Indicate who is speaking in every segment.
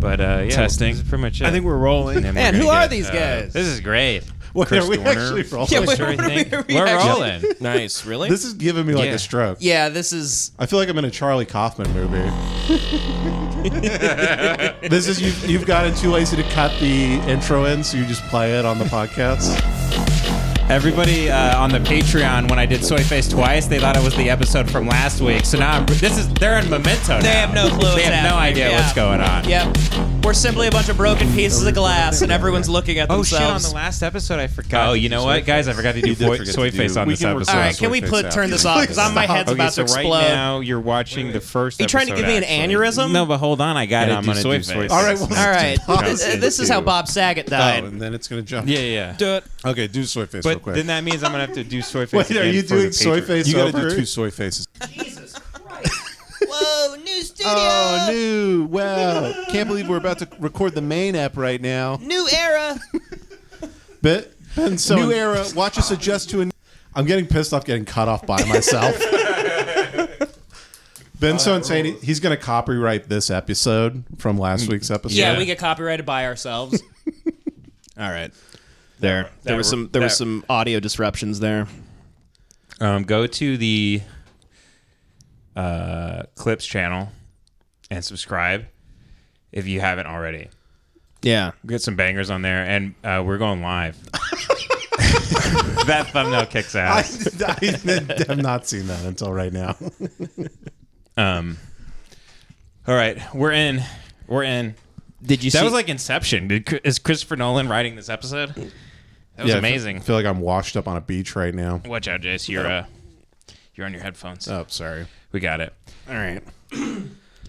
Speaker 1: testing.
Speaker 2: This is pretty much it.
Speaker 1: I think we're rolling.
Speaker 2: And
Speaker 3: Man,
Speaker 2: we're
Speaker 3: who
Speaker 2: gonna
Speaker 3: are these guys?
Speaker 2: This is great.
Speaker 1: Wait,
Speaker 2: Chris
Speaker 1: are we
Speaker 2: Dorner,
Speaker 1: actually rolling?
Speaker 2: Toy
Speaker 3: Yeah, wait,
Speaker 2: Story
Speaker 3: what are we-
Speaker 2: thing.
Speaker 3: are we
Speaker 2: We're
Speaker 3: actually-
Speaker 2: rolling.
Speaker 4: Nice, really?
Speaker 1: This is giving me like
Speaker 2: Yeah.
Speaker 1: a stroke.
Speaker 3: Yeah, this is.
Speaker 1: I feel like I'm in a Charlie Kaufman movie. this is you've, you've gotten too lazy to cut the intro in, so you just play it on the podcast.
Speaker 5: Everybody uh, on the Patreon, when I did Soy Face twice, they thought it was the episode from last week. So now I'm, this is they're in memento.
Speaker 3: They
Speaker 5: now.
Speaker 3: have no clue
Speaker 5: They
Speaker 3: what's
Speaker 5: have no
Speaker 3: happening.
Speaker 5: idea
Speaker 3: Yeah.
Speaker 5: what's going on.
Speaker 3: Yep. We're simply a bunch of broken pieces of glass, and everyone's looking at
Speaker 5: Oh shit! On
Speaker 3: themselves.
Speaker 5: the last episode, I forgot. Oh, you know
Speaker 2: Soy
Speaker 5: what, guys? I
Speaker 2: Face.
Speaker 5: forgot to do
Speaker 1: did
Speaker 5: fo-
Speaker 1: forget
Speaker 5: Soy
Speaker 1: to
Speaker 5: Face
Speaker 1: do-
Speaker 5: on
Speaker 1: we
Speaker 5: this
Speaker 1: can
Speaker 5: episode.
Speaker 1: record
Speaker 3: All right, can we
Speaker 1: Soy
Speaker 3: put
Speaker 1: Face
Speaker 3: turn
Speaker 1: out.
Speaker 3: this off? Because my head's
Speaker 5: okay,
Speaker 3: about
Speaker 5: so
Speaker 3: to explode.
Speaker 5: right now you're watching the first.
Speaker 3: You trying to
Speaker 5: episode,
Speaker 3: give me an
Speaker 5: actually.
Speaker 3: aneurysm?
Speaker 5: No, but hold on. I got
Speaker 2: Gotta
Speaker 5: it. I'm
Speaker 2: do
Speaker 5: gonna
Speaker 2: Soy
Speaker 5: do
Speaker 2: Face.
Speaker 5: Soy Face.
Speaker 1: All right, well,
Speaker 3: All right.
Speaker 1: Pop
Speaker 3: This,
Speaker 1: into
Speaker 3: this is how
Speaker 1: two.
Speaker 3: Bob Sagat
Speaker 1: Oh,
Speaker 3: died.
Speaker 1: and then it's gonna jump.
Speaker 2: Yeah, yeah.
Speaker 3: Do it.
Speaker 1: Okay, do soy face real
Speaker 5: But
Speaker 1: quick.
Speaker 5: then that means I'm gonna have to do Soy Face.
Speaker 1: Wait, are
Speaker 5: again
Speaker 1: you
Speaker 5: for the
Speaker 1: doing soy
Speaker 5: Patreon.
Speaker 1: face?
Speaker 4: You gotta do
Speaker 1: over?
Speaker 4: two
Speaker 1: soy faces.
Speaker 3: Whoa, new studio.
Speaker 1: Oh, new! Wow, can't believe we're about to record the main app right now.
Speaker 3: New era.
Speaker 1: But Ben, so new era. Watch us adjust to a. I'm getting pissed off getting cut off by myself. Ben's so insane. he- He's going to copyright this episode from last week's episode.
Speaker 3: Yeah, we get copyrighted by ourselves.
Speaker 2: All right.
Speaker 3: there, there was some, there was
Speaker 2: that-
Speaker 3: some audio disruptions there.
Speaker 2: Um, go to the uh, clips channel and subscribe if you haven't already.
Speaker 3: Yeah.
Speaker 2: We got some bangers on there, and uh, we're going live. that thumbnail kicks
Speaker 1: I,
Speaker 2: ass.
Speaker 1: I have not seen that until right now.
Speaker 2: Um, all right, we're in. We're in.
Speaker 3: Did you
Speaker 2: That
Speaker 3: see?
Speaker 2: was like Inception. Did, is Christopher Nolan writing this episode? That was amazing.
Speaker 1: I feel like I'm washed up on a beach right now.
Speaker 2: Watch out, Jace. You're uh, you're on your headphones.
Speaker 1: Oh, sorry.
Speaker 2: We got it.
Speaker 1: All right.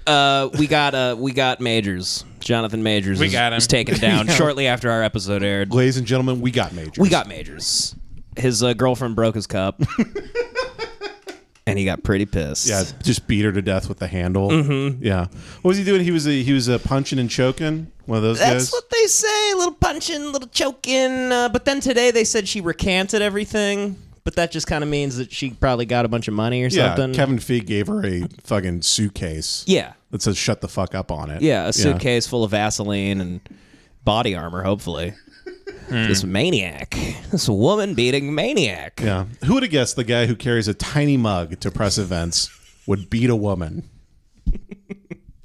Speaker 3: uh, we got uh, we got Majors, Jonathan Majors.
Speaker 2: We
Speaker 3: was-
Speaker 2: got him.
Speaker 3: was taken down shortly after our episode aired.
Speaker 1: Ladies and gentlemen, we got majors.
Speaker 3: We got Majors. His uh, girlfriend broke his cup, and he got pretty pissed.
Speaker 1: Yeah, just beat her to death with the handle. Mm-hmm. Yeah. What was he doing? He was a, he was a punching and choking. One of those
Speaker 3: That's
Speaker 1: guys.
Speaker 3: what they say. Little punching, little choking. Uh, but then today they said she recanted everything. But that just kind of means that she probably got a bunch of money or
Speaker 1: yeah.
Speaker 3: something.
Speaker 1: Kevin Feige gave her a fucking suitcase.
Speaker 3: Yeah.
Speaker 1: That says "shut the fuck up" on it.
Speaker 3: Yeah. A suitcase full of Vaseline and body armor, hopefully.
Speaker 1: Hmm.
Speaker 3: This maniac. This woman beating maniac.
Speaker 1: Yeah. Who would have guessed the guy who carries a tiny mug to press events would beat a woman?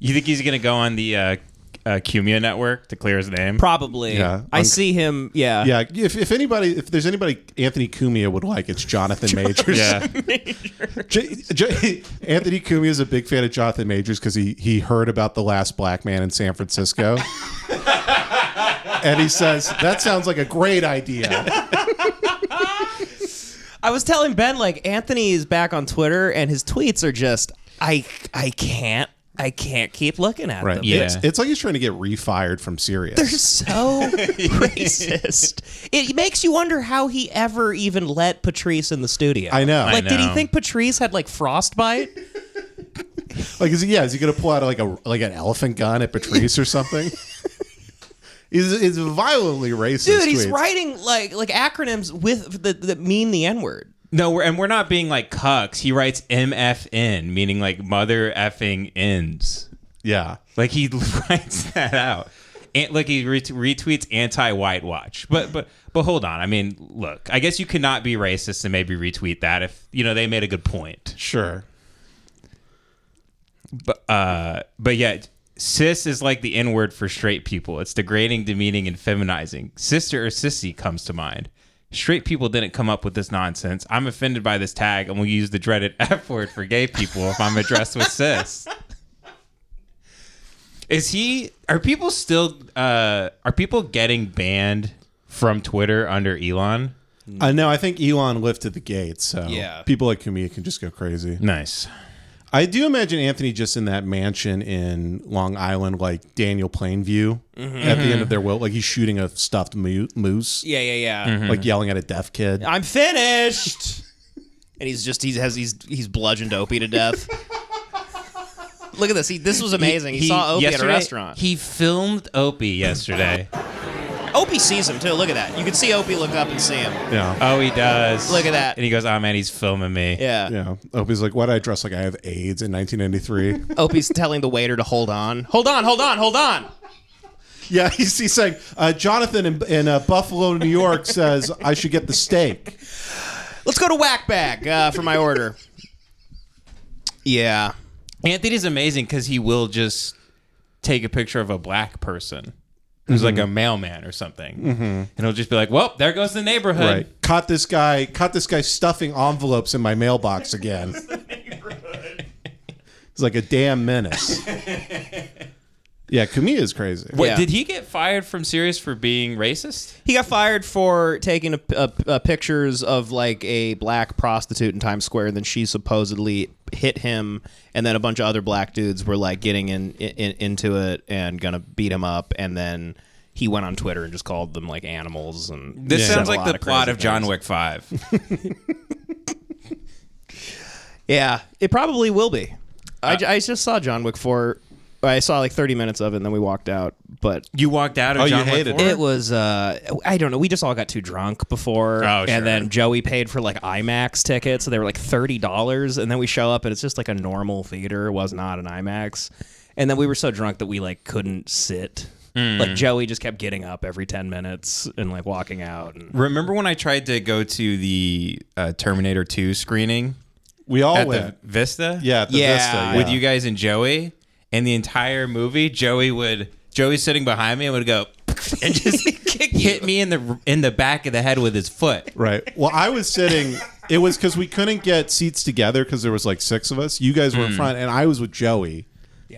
Speaker 2: You think he's gonna go on the uh, uh, Cumia network to clear his name?
Speaker 3: Probably.
Speaker 1: Yeah.
Speaker 3: I
Speaker 1: Unc-
Speaker 3: see him. Yeah.
Speaker 1: Yeah. If, if anybody, if there's anybody Anthony Cumia would like, it's Jonathan Majors.
Speaker 2: yeah.
Speaker 1: J- J- Anthony Cumia is a big fan of Jonathan Majors because he he heard about the last black man in San Francisco. And he says, that sounds like a great idea.
Speaker 3: I was telling Ben like Anthony is back on Twitter and his tweets are just I I can't I can't keep looking at them.
Speaker 2: Yeah.
Speaker 1: It's, it's like he's trying to get refired from Sirius.
Speaker 3: They're so racist. It makes you wonder how he ever even let Patrice in the studio.
Speaker 1: I know.
Speaker 3: Like, did he
Speaker 2: know.
Speaker 3: think Patrice had like frostbite?
Speaker 1: Like, is he, yeah, is he going to pull out like a like an elephant gun at Patrice or something? He's, he's violently racist.
Speaker 3: Dude, he's
Speaker 1: tweets.
Speaker 3: writing like like acronyms with that, that mean the N word.
Speaker 2: No, we're, and we're not being like cucks. He writes MFN, meaning like mother effing ends.
Speaker 1: Yeah.
Speaker 2: Like he writes that out. And like he ret- retweets anti-white watch. But but but hold on. I mean, look. I guess you cannot be racist and maybe retweet that if you know they made a good point.
Speaker 1: Sure.
Speaker 2: But uh but yet cis is like the n word for straight people. It's degrading, demeaning and feminizing. Sister or sissy comes to mind. Straight people didn't come up with this nonsense. I'm offended by this tag and will use the dreaded F word for gay people if I'm addressed with cis. Is he? Are people still? Uh, are people getting banned from Twitter under Elon?
Speaker 1: I know. I think Elon lifted the gate, so
Speaker 3: Mm. Yeah.
Speaker 1: people like Cumia can just go crazy.
Speaker 2: Nice.
Speaker 1: I do imagine Anthony just in that mansion in Long Island, like Daniel Plainview at the end of their will. Like he's shooting a stuffed moo- moose,
Speaker 3: Mm-hmm. Yeah, yeah, yeah.
Speaker 1: like yelling at a deaf kid.
Speaker 3: I'm finished. and he's just he has he's he's bludgeoned Opie to death. Look at this. He, this was amazing. He, saw Opie at a
Speaker 2: yesterday-
Speaker 3: restaurant.
Speaker 2: He filmed Opie yesterday.
Speaker 3: Opie sees him too. Look at that. You can see Opie look up and see him.
Speaker 1: yeah,
Speaker 2: oh, he does.
Speaker 3: Look at that.
Speaker 2: And he goes, "Oh man, he's filming me."
Speaker 3: Yeah.
Speaker 1: yeah. Opie's like, "Why do I dress like I have AIDS in 1993?"
Speaker 3: Opie's telling the waiter to hold on. Hold on, hold on, hold on.
Speaker 1: Yeah, he's, he's saying uh, Jonathan in, in uh, Buffalo, New York says I should get the steak.
Speaker 3: Let's go to Whack Bag uh, for my order. Yeah.
Speaker 2: Anthony's amazing because he will just take a picture of a black person who's like a mailman or something, and he'll just be like, "Well, there goes the neighborhood."
Speaker 1: Right. Caught this guy. Caught this guy stuffing envelopes in my mailbox again. It's like a damn menace. yeah, Kumi is crazy.
Speaker 2: Wait,
Speaker 3: Yeah.
Speaker 2: did he get fired from Sirius for being racist?
Speaker 3: He got fired for taking a, a, a pictures of like a black prostitute in Times Square, and then she supposedly hit him, and then a bunch of other black dudes were like getting in, in into it and gonna beat him up, and then he went on Twitter and just called them like animals and
Speaker 2: This
Speaker 3: said
Speaker 2: sounds
Speaker 3: a
Speaker 2: like
Speaker 3: lot
Speaker 2: the plot
Speaker 3: crazy
Speaker 2: of John
Speaker 3: things.
Speaker 2: Wick Five.
Speaker 3: Yeah, it probably will be. I, j- I just saw John Wick four. I saw like thirty minutes of it, and then we walked out. But
Speaker 2: you walked out of
Speaker 1: Oh, you
Speaker 2: John Wick
Speaker 1: hated
Speaker 2: 4?
Speaker 1: Or-
Speaker 3: It was uh I don't know, we just all got too drunk before
Speaker 2: Oh, sure.
Speaker 3: and then Joey paid for like IMAX tickets, so they were like $30 and then we show up and it's just like a normal theater, it was not an IMAX. And then we were so drunk that we like couldn't sit. Like Joey just kept getting up every 10 minutes and like walking out and
Speaker 2: Remember when I tried to go to the uh, Terminator 2 screening
Speaker 1: We all
Speaker 2: at
Speaker 1: went.
Speaker 2: the Vista?
Speaker 1: yeah, at the
Speaker 3: Yeah.
Speaker 1: Vista, yeah.
Speaker 2: With you guys and Joey, and the entire movie, Joey would Joey's sitting behind me and would go and just hit me in the in the back of the head with his foot.
Speaker 1: Right. Well, I was sitting. It was because we couldn't get seats together because there was like six of us. You guys were in front, and I was with Joey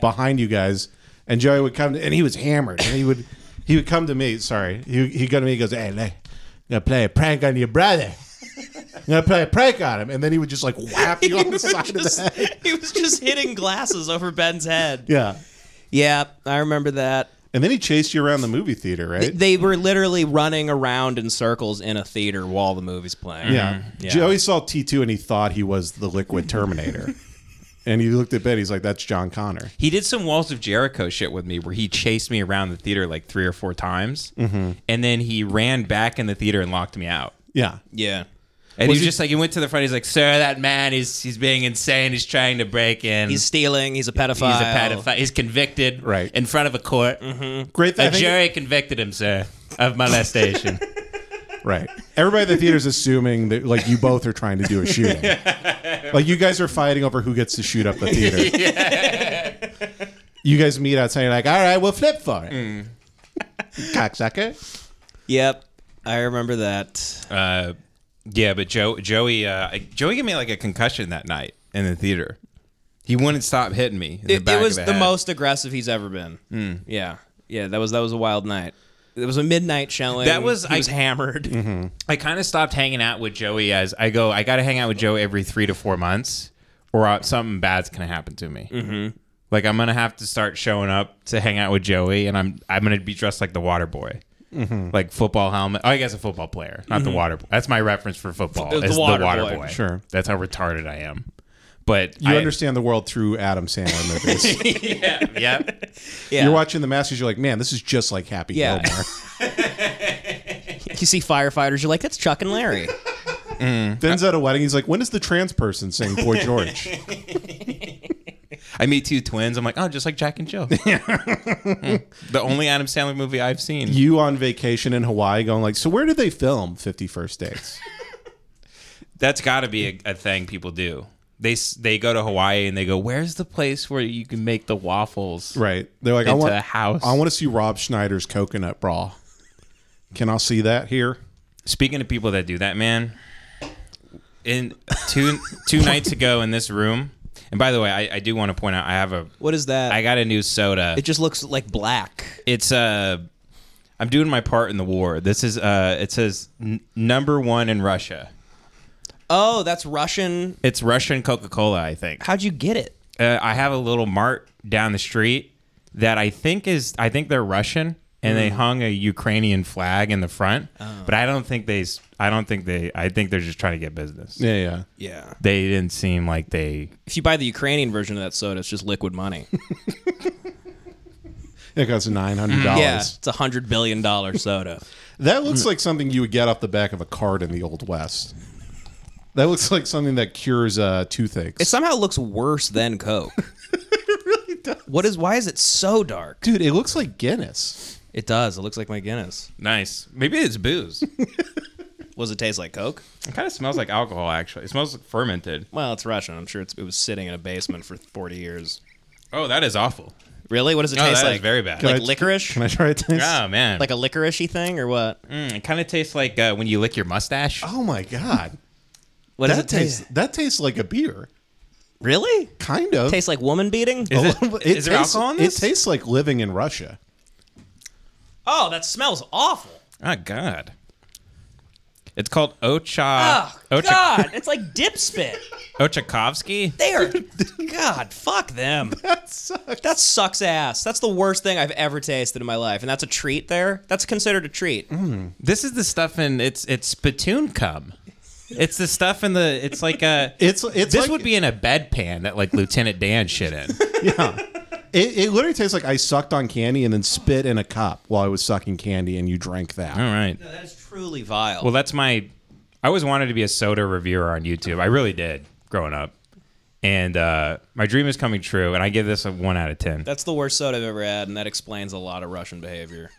Speaker 1: behind you guys. And Joey would come, and he was hammered. And he would he would come to me. Sorry, he he come to me. He goes, "Hey, look, I'm gonna play a prank on your brother. I'm gonna play a prank on him." And then he would just like whap you on the side of the head.
Speaker 3: he was just hitting glasses over Ben's head.
Speaker 1: Yeah.
Speaker 3: Yeah, I remember that.
Speaker 1: And then he chased you around the movie theater, right?
Speaker 3: They were literally running around in circles in a theater while the movie's playing.
Speaker 1: Yeah. Joey saw T2 and he thought he was the liquid Terminator. and he looked at Ben. He's like, that's John Connor.
Speaker 2: He did some Walls of Jericho shit with me where he chased me around the theater like three or four times,
Speaker 1: Mm-hmm.
Speaker 2: and then he ran back in the theater and locked me out.
Speaker 1: Yeah.
Speaker 3: Yeah.
Speaker 2: And he was just like, he went to the front. He's like, "Sir, that man is he's being insane. He's trying to break in.
Speaker 3: He's stealing, he's a pedophile.
Speaker 2: He's a pedophile. He's convicted
Speaker 1: Right.
Speaker 2: in front of a court.
Speaker 3: Mm-hmm.
Speaker 1: Great
Speaker 2: A
Speaker 1: I think-
Speaker 2: jury convicted him, sir, of molestation.
Speaker 1: Right. Everybody at the theater's assuming that like you both are trying to do a shooting. like you guys are fighting over who gets to shoot up the theater. You guys meet outside. You're like, all right, we'll flip for it. Cocksucker.
Speaker 3: Yep, I remember that.
Speaker 2: uh, yeah, but Joe, Joey, uh, Joey gave me like a concussion that night in the theater. He wouldn't stop hitting me. in the
Speaker 3: It,
Speaker 2: back
Speaker 3: it
Speaker 2: of
Speaker 3: was the
Speaker 2: head. Hmm.
Speaker 3: most aggressive he's ever been. Yeah, yeah, that was that was a wild night. It was a midnight showing.
Speaker 2: That was-
Speaker 3: he
Speaker 2: I- Mm-hmm.
Speaker 3: was hammered.
Speaker 2: I kind of stopped hanging out with Joey as I go. I got to hang out with Joey every three to four months, or uh, something bad's gonna happen to me. Mm-hmm. Like I'm gonna have to start showing up to hang out with Joey, and I'm I'm gonna be dressed like the Water Boy, like football helmet. Oh, I guess a football player, not the Water Boy. That's my reference for football.
Speaker 3: The- the
Speaker 2: is
Speaker 3: Water
Speaker 2: Mm-hmm. the Water
Speaker 3: Boy.
Speaker 2: Boy.
Speaker 1: Sure.
Speaker 2: that's how retarded I am. But
Speaker 1: You
Speaker 2: I,
Speaker 1: understand the world through Adam Sandler movies.
Speaker 2: Yeah.
Speaker 3: Yeah,
Speaker 1: You're watching The Masters. You're like, man, this is just like Happy
Speaker 3: Yeah.
Speaker 1: Gilmore.
Speaker 3: you see firefighters, you're like, that's Chuck and Larry.
Speaker 1: Ben's at a wedding. He's like, when does the trans person sing Boy George?
Speaker 2: I meet two twins. I'm like, oh, just like Jack and Jill. Mm. The only Adam Sandler movie I've seen.
Speaker 1: you on vacation in Hawaii going like, so where did they film Fifty First Dates?
Speaker 2: That's got to be a, a thing people do. They s- they go to Hawaii and they go, "Where's the place where you can make the waffles?"
Speaker 1: Right. They're like, I
Speaker 2: Into
Speaker 1: want
Speaker 2: a house.
Speaker 1: I want to see Rob Schneider's coconut bra. Can I see that here?
Speaker 2: Speaking of people that do that, man, in two two nights ago in this room, and by the way, I, I do want to point out I have a
Speaker 3: What is that?
Speaker 2: I got a new soda.
Speaker 3: it just looks like black.
Speaker 2: It's uh, I'm doing my part in the war. This is uh, it says n- number one in Russia.
Speaker 3: Oh, that's Russian.
Speaker 2: It's Russian Coca Cola, I think.
Speaker 3: How'd you get it?
Speaker 2: uh, I have a little mart down the street that I think is I think they're Russian and they hung a Ukrainian flag in the front, but I don't think they s- I don't think they I think they're just trying to get business.
Speaker 1: Yeah, yeah.
Speaker 3: Yeah.
Speaker 2: They didn't seem like they
Speaker 3: If you buy the Ukrainian version of that soda, it's just liquid money.
Speaker 1: It costs nine hundred dollars.
Speaker 3: yeah, it's a hundred billion dollar soda.
Speaker 1: That looks like something you would get off the back of a card in the old west. That looks like something that cures uh, toothaches.
Speaker 3: It somehow looks worse than Coke. it really does. What is? Why is it so dark?
Speaker 1: Dude, it looks like Guinness.
Speaker 3: It does. It looks like my Guinness.
Speaker 2: Nice. Maybe it's booze. it
Speaker 3: Was it taste like Coke?
Speaker 2: kind of smells like alcohol, actually. It smells like fermented.
Speaker 3: Well, it's Russian. I'm sure it's, it was sitting in a basement for 40 years.
Speaker 2: Oh, that is awful.
Speaker 3: Really? What does it
Speaker 2: No,
Speaker 3: taste
Speaker 2: that is
Speaker 3: like?
Speaker 2: very bad.
Speaker 1: Can
Speaker 3: Like
Speaker 1: I-
Speaker 3: licorice?
Speaker 1: Can I try this?
Speaker 2: Oh man,
Speaker 3: Like a licoricey thing or what?
Speaker 2: Mm, it kind of tastes like uh, when you lick your mustache.
Speaker 1: Oh my god,
Speaker 3: What does
Speaker 1: that
Speaker 3: it taste?
Speaker 1: tastes that tastes like a beer,
Speaker 3: Really?
Speaker 1: kind of.
Speaker 3: Tastes like woman beating?
Speaker 1: A
Speaker 2: Is it-
Speaker 1: little bit.
Speaker 2: is there
Speaker 1: tastes-
Speaker 2: alcohol in this?
Speaker 1: It tastes like living in Russia.
Speaker 3: Oh, that smells awful.
Speaker 2: Oh god. It's called Ocha
Speaker 3: Oh,
Speaker 2: Ocha
Speaker 3: God. It's like dip spit.
Speaker 2: Ochakovsky.
Speaker 3: They are. God, fuck them.
Speaker 1: That sucks.
Speaker 3: That sucks ass. That's the worst thing I've ever tasted in my life. And that's a treat there? That's considered a treat.
Speaker 1: Mm.
Speaker 2: This is the stuff in it's it's spittoon cum. It's the stuff in the it's like a
Speaker 1: It's it's
Speaker 2: this
Speaker 1: like-
Speaker 2: would be in a bedpan that like Lieutenant Dan shit in.
Speaker 1: yeah. It, it literally tastes like I sucked on candy and then spit in a cup while I was sucking candy, and you drank that.
Speaker 2: All right.
Speaker 3: That is truly vile.
Speaker 2: Well, that's my. I always wanted to be a soda reviewer on YouTube. I really did growing up, and uh, my dream is coming true. And I give this a one out of ten.
Speaker 3: That's the worst soda I've ever had, and that explains a lot of Russian behavior.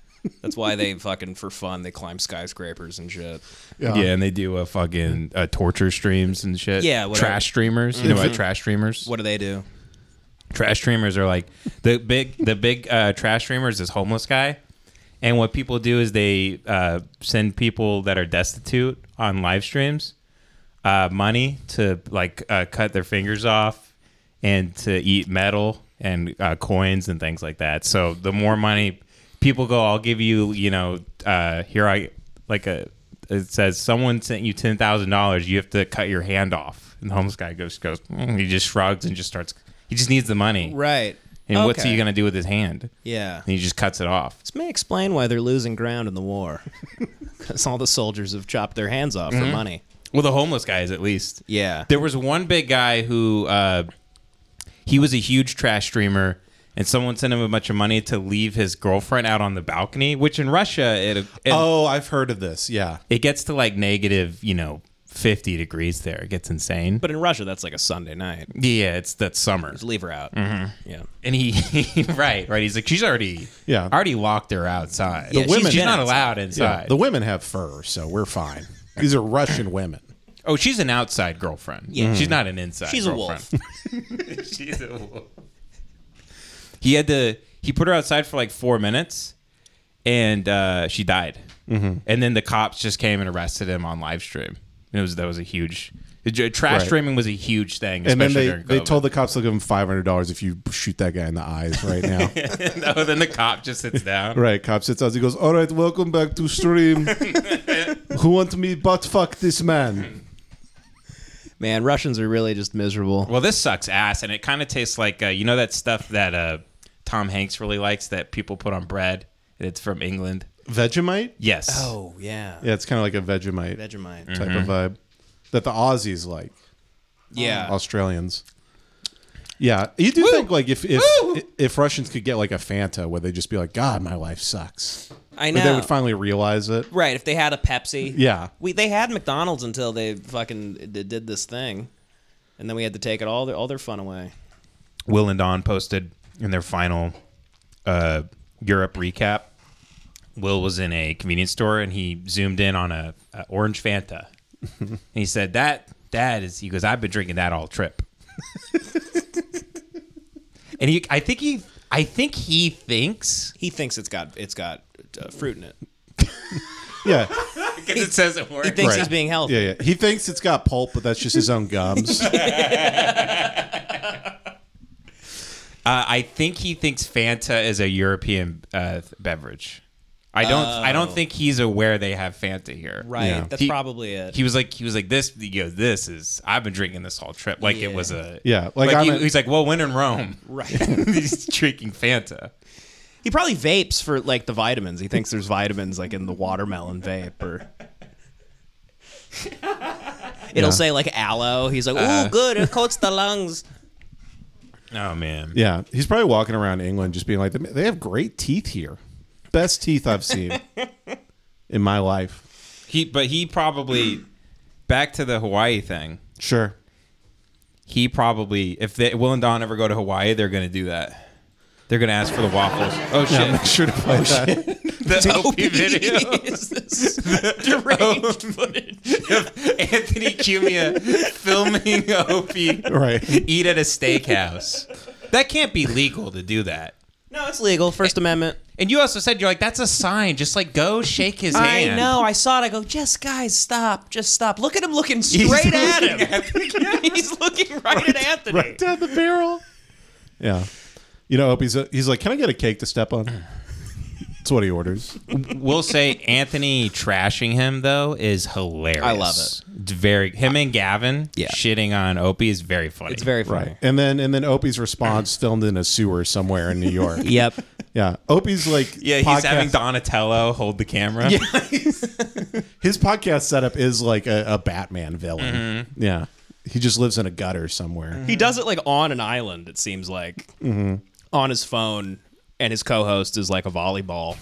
Speaker 3: That's why they fucking for fun they climb skyscrapers and shit.
Speaker 2: yeah, and they do uh, fucking uh, torture streams and shit.
Speaker 3: Yeah, whatever.
Speaker 2: trash streamers. You know Mm-hmm. what trash streamers?
Speaker 3: What do they do?
Speaker 2: trash streamers are like the big the big uh, trash streamers is homeless guy and what people do is they uh, send people that are destitute on live streams uh, money to like uh, cut their fingers off and to eat metal and uh, coins and things like that so the more money people go i'll give you you know uh, here i like a it says someone sent you ten thousand dollars. You have to cut your hand off. And the homeless guy goes goes. "Mm," he just shrugs and just starts. He just needs the money.
Speaker 3: Right.
Speaker 2: And what's he gonna do with his hand?
Speaker 3: Yeah.
Speaker 2: And he just cuts it off.
Speaker 3: This may explain why they're losing ground in the war. Because all the soldiers have chopped their hands off for money.
Speaker 2: Well, the homeless guys at least.
Speaker 3: Mm-hmm. Yeah.
Speaker 2: There was one big guy who uh, he was a huge trash streamer, and someone sent him a bunch of money to leave his girlfriend out on the balcony, which in Russia it it,
Speaker 1: Oh, I've heard of this. Yeah.
Speaker 2: it gets to like negative, you know, fifty degrees there. It gets insane. But
Speaker 3: But in Russia, that's like a Sunday night.
Speaker 2: yeah, it's that summer.
Speaker 3: Just leave her out. Yeah.
Speaker 2: And he right, right. He's like she's already
Speaker 1: Yeah.
Speaker 2: already locked her outside.
Speaker 3: Yeah,
Speaker 2: The
Speaker 3: she's
Speaker 2: women, she's
Speaker 3: been
Speaker 2: not
Speaker 3: outside.
Speaker 2: allowed inside.
Speaker 1: The women have fur, so we're fine. These are Russian women.
Speaker 2: Oh, she's an outside girlfriend. Yeah, she's not an inside.
Speaker 3: She's a wolf.
Speaker 2: girlfriend. she's a wolf. He had to. He put her outside for like four minutes, and uh, she died.
Speaker 1: Mm-hmm.
Speaker 2: And then the cops just came and arrested him on live stream. And it was that was a huge. j- Trash
Speaker 1: Right.
Speaker 2: streaming was a huge thing,
Speaker 1: And then
Speaker 2: especially
Speaker 1: they,
Speaker 2: during COVID.
Speaker 1: they told the cops they'll give him five hundred dollars if you shoot that guy in the eyes right now.
Speaker 2: no, then the cop just sits down.
Speaker 1: right, cop sits out. He goes, "All right, welcome back to stream. Who want me butt fuck this man?"
Speaker 3: Man, Russians are really just miserable.
Speaker 2: Well, this sucks ass, and it kind of tastes like uh, you know that stuff that uh, Tom Hanks really likes that people put on bread. It's from England.
Speaker 1: Vegemite.
Speaker 2: Yes.
Speaker 3: Oh, yeah. Mm-hmm.
Speaker 1: Yeah, it's kind of like a Vegemite
Speaker 3: Vegemite.
Speaker 1: type of vibe that the Aussies like.
Speaker 3: Yeah.
Speaker 1: Australians. Yeah, you do think like if if if Russians could get like a Fanta, where they would just be like, "God, my life sucks,"
Speaker 3: I
Speaker 1: but
Speaker 3: know.
Speaker 1: they would finally realize it.
Speaker 3: Right, if they had a Pepsi.
Speaker 1: Yeah.
Speaker 3: We they had McDonald's until they fucking d- did this thing. And then we had to take it all their all their fun away.
Speaker 2: Will and Don posted in their final uh, Europe recap. Will was in a convenience store and he zoomed in on a, a orange Fanta, and he said that that is he goes I've been drinking that all trip, and he I think he I think he thinks
Speaker 3: He thinks it's got it's got uh, fruit in it.
Speaker 1: Yeah,
Speaker 2: because it says it
Speaker 3: He thinks
Speaker 1: Right.
Speaker 3: he's being healthy.
Speaker 1: yeah, yeah. He thinks it's got pulp, but that's just his own gums.
Speaker 2: Uh, I think he thinks Fanta is a European uh, beverage. I don't. I don't think he's aware they have Fanta here.
Speaker 3: Right.
Speaker 1: Yeah.
Speaker 3: That's
Speaker 2: He-
Speaker 3: probably it.
Speaker 2: he was like he was like this he goes this is i've been drinking this whole trip like it was a
Speaker 1: Yeah, like
Speaker 2: like,
Speaker 1: I'm
Speaker 2: he-
Speaker 1: a-
Speaker 2: he's like well when in rome
Speaker 3: right.
Speaker 2: he's drinking fanta
Speaker 3: he probably vapes for like the vitamins. He thinks there's vitamins like in the watermelon vape or It'll say like aloe. He's like, "Ooh,
Speaker 1: Uh.
Speaker 3: good. It coats the lungs."
Speaker 2: oh man
Speaker 1: yeah, he's probably walking around England just being like, "They have great teeth here, best teeth I've seen in my life."
Speaker 2: he but he probably back to the hawaii thing
Speaker 1: Sure.
Speaker 2: he probably if they, will and don ever go to hawaii they're gonna do that they're gonna ask for the waffles oh shit
Speaker 1: Make sure to play that.
Speaker 2: the OP video.
Speaker 3: is this deranged footage.
Speaker 2: Anthony Cumia filming OP
Speaker 1: Right.
Speaker 2: eat at a steakhouse. That can't be legal to do that.
Speaker 3: No, it's legal. First Amendment.
Speaker 2: And you also said you're like, that's a sign. Just like go shake his hand.
Speaker 3: I know. I saw it. I go, just guys, stop. Just stop. Look at him looking
Speaker 2: He's
Speaker 3: straight at
Speaker 2: looking
Speaker 3: him.
Speaker 2: at the-
Speaker 3: He's looking right, at Anthony.
Speaker 1: right down the barrel. Yeah. You know, Opie's he's like, "Can I get a cake to step on?" That's what he orders.
Speaker 2: we'll say Anthony trashing him though is hilarious.
Speaker 3: I love it.
Speaker 2: It's very him and Gavin
Speaker 3: Yeah.
Speaker 2: shitting on Opie is very funny.
Speaker 3: It's very funny.
Speaker 1: Right. And then and then Opie's response filmed in a sewer somewhere in New York.
Speaker 3: Yep.
Speaker 1: Yeah. Opie's like
Speaker 2: yeah. He's
Speaker 1: podcast-
Speaker 2: having Donatello hold the camera.
Speaker 1: his podcast setup is like a, a Batman villain.
Speaker 2: Mm-hmm.
Speaker 1: Yeah. He just lives in a gutter somewhere.
Speaker 3: He does it like on an island, it seems like. On his phone, and his co host is like a volleyball.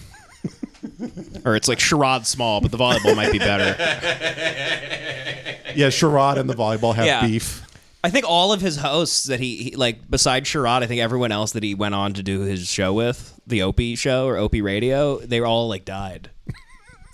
Speaker 3: or it's like Sherrod Small, but the volleyball might be better.
Speaker 1: Yeah, Sherrod and the volleyball have
Speaker 3: Yeah.
Speaker 1: beef.
Speaker 3: I think all of his hosts that he, he like, besides Sherrod, I think everyone else that he went on to do his show with, the Opie show or Opie Radio, they were all like died.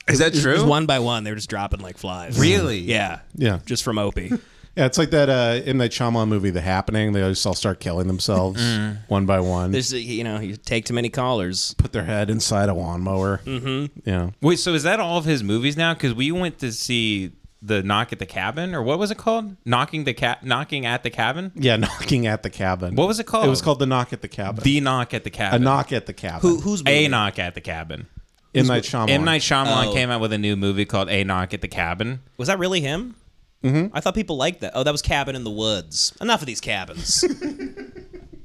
Speaker 2: Is that
Speaker 3: Just one by one, they were just dropping like flies.
Speaker 2: Really?
Speaker 3: Yeah.
Speaker 1: Yeah.
Speaker 3: Just from Opie.
Speaker 1: Yeah, it's like that uh in that Shyamalan movie The Happening, they just all start killing themselves
Speaker 2: Mm-hmm.
Speaker 1: one by one.
Speaker 3: There's, uh, you know, you take too many callers.
Speaker 1: put their head inside a lawnmower. Mm-hmm. Yeah.
Speaker 2: Wait, so is that all of his movies now? Because we went to see the Knock at the Cabin, or what was it called? Knocking the cat, knocking at the cabin.
Speaker 1: Yeah, knocking at the cabin.
Speaker 2: What was it called?
Speaker 1: It was called the knock at the cabin.
Speaker 2: the Knock at the
Speaker 1: a
Speaker 2: Cabin.
Speaker 1: knock at the cabin.
Speaker 3: Who, who's
Speaker 2: a Knock at the Cabin.
Speaker 1: M Night Shyamalan.
Speaker 2: M Night Shyamalan
Speaker 3: Oh.
Speaker 2: came out with a new movie called A Knock at the Cabin.
Speaker 3: Was that really him? Mm-hmm. I thought people liked that. Oh, that was Cabin in the Woods. Enough of these cabins.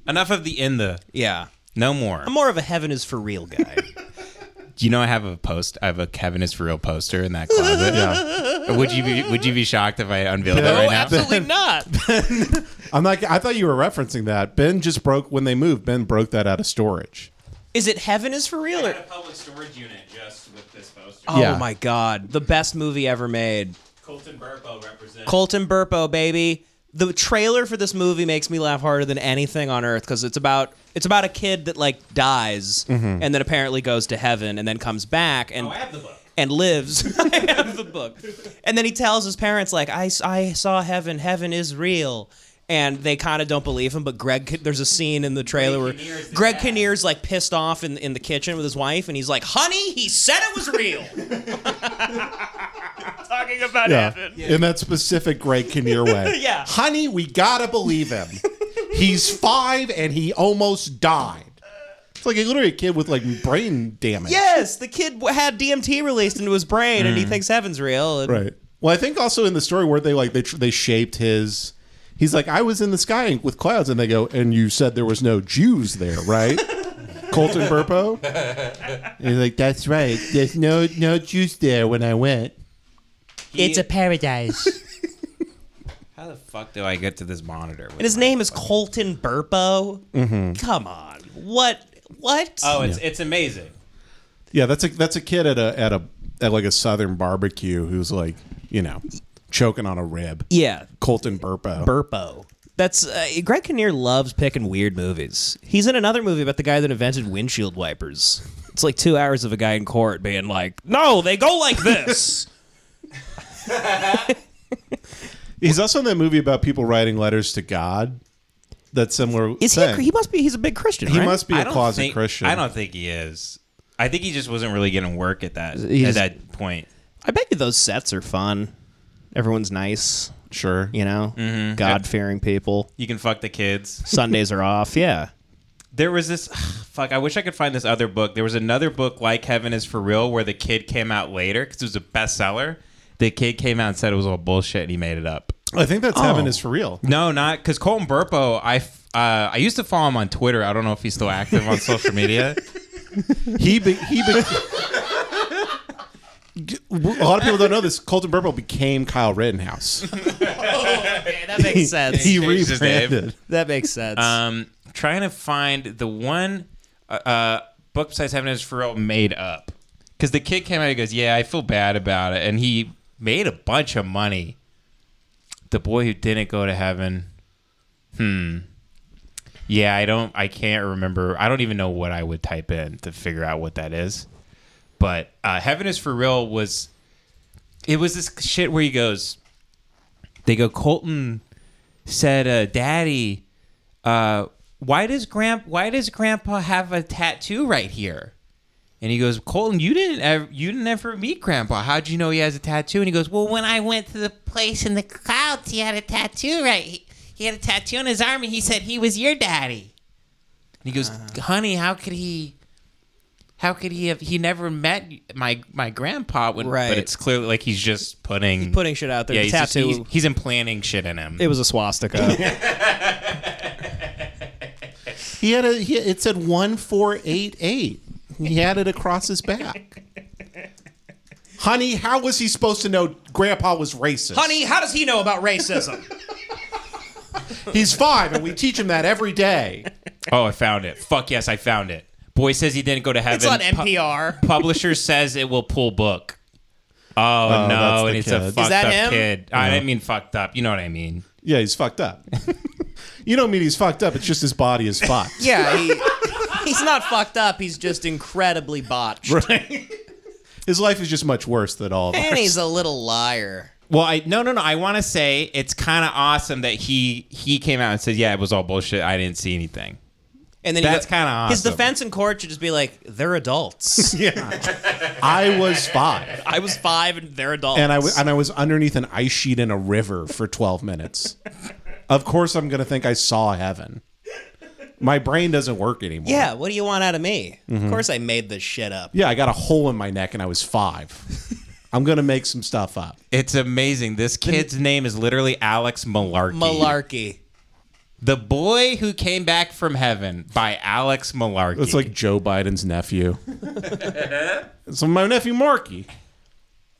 Speaker 2: Enough of the in the
Speaker 3: yeah.
Speaker 2: no more.
Speaker 3: I'm more of a heaven is for real guy.
Speaker 2: Do you know I have a post? I have a Kevin is for real poster in that closet.
Speaker 1: Yeah.
Speaker 2: Would you be Would you be shocked if I unveiled it
Speaker 1: No,
Speaker 2: right now?
Speaker 3: not.
Speaker 1: I'm like I thought you were referencing that. Ben just broke when they moved, Ben broke that out of storage.
Speaker 3: Is it Heaven is for real? Or-
Speaker 2: public storage unit just with this poster.
Speaker 3: oh
Speaker 1: Yeah.
Speaker 3: my God. The best movie ever made.
Speaker 2: Colton Burpo represents.
Speaker 3: Colton Burpo, baby. The trailer for this movie makes me laugh harder than anything on earth because it's about it's about a kid that like dies and then apparently goes to heaven and then comes back and
Speaker 2: Oh, the book.
Speaker 3: and lives. I have the book. And then he tells his parents, like, I, I saw heaven. Heaven is real. And they kind of don't believe him, but Greg, there's a scene in the trailer where
Speaker 2: Kinnear's the
Speaker 3: Greg
Speaker 2: dad.
Speaker 3: Kinnear's like pissed off in, in the kitchen with his wife, and he's like, honey, he said it was real. Talking about
Speaker 1: Yeah.
Speaker 3: heaven.
Speaker 1: In that specific Greg Kinnear way.
Speaker 3: Yeah.
Speaker 1: Honey, we gotta believe him. He's five and he almost died. It's like a literally a kid with like brain damage.
Speaker 3: Yes, the kid w- had DMT released into his brain, and he thinks heaven's real. and-
Speaker 1: Right. Well, I think also in the story where they like they tr- they shaped his. He's like, I was in the sky with clouds, and they go, and you said there was no Jews there, right? Colton Burpo. And he's like, that's right. There's no no Jews there when I went.
Speaker 4: It's a paradise.
Speaker 2: How the fuck do I get to this monitor?
Speaker 3: And his name is Colton Burpo.
Speaker 1: Mm-hmm.
Speaker 3: Come on, what? What?
Speaker 2: Oh, it's it's amazing.
Speaker 1: Yeah, that's a that's a kid at a at a at like a southern barbecue who's like, you know, choking on a rib.
Speaker 3: yeah,
Speaker 1: Colton Burpo.
Speaker 3: Burpo. That's uh, Greg Kinnear loves picking weird movies. He's in another movie about the guy that invented windshield wipers. It's like two hours of a guy in court being like, "No, they go like this."
Speaker 1: he's also in that movie about people writing letters to God. That's similar.
Speaker 3: Is he?
Speaker 1: thing.
Speaker 3: A, he must be. He's a big Christian.
Speaker 1: He
Speaker 3: right?
Speaker 1: must be
Speaker 2: I
Speaker 1: a
Speaker 2: don't
Speaker 1: closet
Speaker 2: think-
Speaker 1: Christian.
Speaker 2: I don't think he is. I think he just wasn't really getting work at that
Speaker 3: He's-
Speaker 2: at that point.
Speaker 3: I bet you those sets are fun. Everyone's nice,
Speaker 1: sure.
Speaker 3: you know, God fearing people.
Speaker 2: You can fuck the kids.
Speaker 3: Sundays are off. Yeah.
Speaker 2: there was this fuck i wish i could find this other book there was another book like heaven is for real where the kid came out later because it was a bestseller the kid came out and said it was all bullshit and he made it up
Speaker 1: I think that's heaven is for real.
Speaker 2: no not because colton burpo i f- uh, i used to follow him on twitter i don't know if he's still active on social media
Speaker 1: He be, he be, a lot of people don't know this. Colton Burpo became Kyle Rittenhouse.
Speaker 3: that makes sense.
Speaker 1: he
Speaker 2: changed his name.
Speaker 1: rebranded.
Speaker 3: that makes sense.
Speaker 2: um trying to find the one uh, uh book besides heaven is for real made up because the kid came out and goes yeah i feel bad about it and he made a bunch of money the boy who didn't go to heaven hmm yeah i don't i can't remember i don't even know what i would type in to figure out what that is But uh, Heaven is for Real was it was this shit where he goes, they go, Colton said, uh, Daddy, uh, why does Grand why does Grandpa have a tattoo right here? And he goes, Colton, you didn't ever you didn't ever meet Grandpa. How'd you know he has a tattoo? And he goes, Well, when I went to the place in the clouds, he had a tattoo right. He, he had a tattoo on his arm, and he said he was your daddy. And he goes, Honey, how could he? How could he have? He never met my my grandpa. When,
Speaker 3: Right.
Speaker 2: But it's clearly like he's just putting
Speaker 3: putting shit out there.
Speaker 2: yeah,
Speaker 3: the
Speaker 2: he's, just-
Speaker 3: tattoo.
Speaker 2: he's, he's implanting shit in him.
Speaker 3: it was a swastika.
Speaker 1: He had a. He, it said one four eight eight. He had it across his back. Honey, how was he supposed to know Grandpa was racist?
Speaker 3: how does he know about racism?
Speaker 1: he's five, and we teach him that every day.
Speaker 2: oh, I found it. Fuck yes, I found it. Boy says he didn't go to heaven.
Speaker 3: it's on
Speaker 2: Pu-
Speaker 3: NPR.
Speaker 2: publisher says it will pull book. Oh,
Speaker 1: that's
Speaker 2: no,
Speaker 1: the
Speaker 2: and it's
Speaker 1: kid.
Speaker 2: a
Speaker 1: Is
Speaker 2: fucked
Speaker 3: that
Speaker 2: up
Speaker 3: him?
Speaker 2: kid. I didn't mean fucked up. You know what I mean?
Speaker 1: Yeah, he's fucked up. you don't mean he's fucked up. It's just his body is fucked.
Speaker 3: Yeah, he, he's not fucked up. He's just incredibly botched,
Speaker 1: His life is just much worse than all of
Speaker 3: and
Speaker 1: ours.
Speaker 3: he's a little liar.
Speaker 2: Well, I no no no. I want to say it's kind of awesome that he he came out and said, "Yeah, it was all bullshit. I didn't see anything."
Speaker 3: And then
Speaker 2: That's kinda
Speaker 3: his
Speaker 2: awesome.
Speaker 3: defense in court should just be like, "They're adults.
Speaker 1: I was five,
Speaker 3: I was five, and they're adults."
Speaker 1: and I w- and I was underneath an ice sheet in a river for twelve minutes. Of course, I'm gonna think I saw heaven. My brain doesn't work anymore.
Speaker 3: yeah, what do you want out of me?
Speaker 2: Mm-hmm.
Speaker 3: Of course, I made this shit up.
Speaker 1: Yeah, I got a hole in my neck and I was five. I'm gonna make some stuff up.
Speaker 2: It's amazing. This kid's name is literally Alex Malarkey.
Speaker 3: Malarkey.
Speaker 2: The Boy Who Came Back from Heaven by Alex Malarkey.
Speaker 1: It's like Joe Biden's nephew. so my nephew Marky.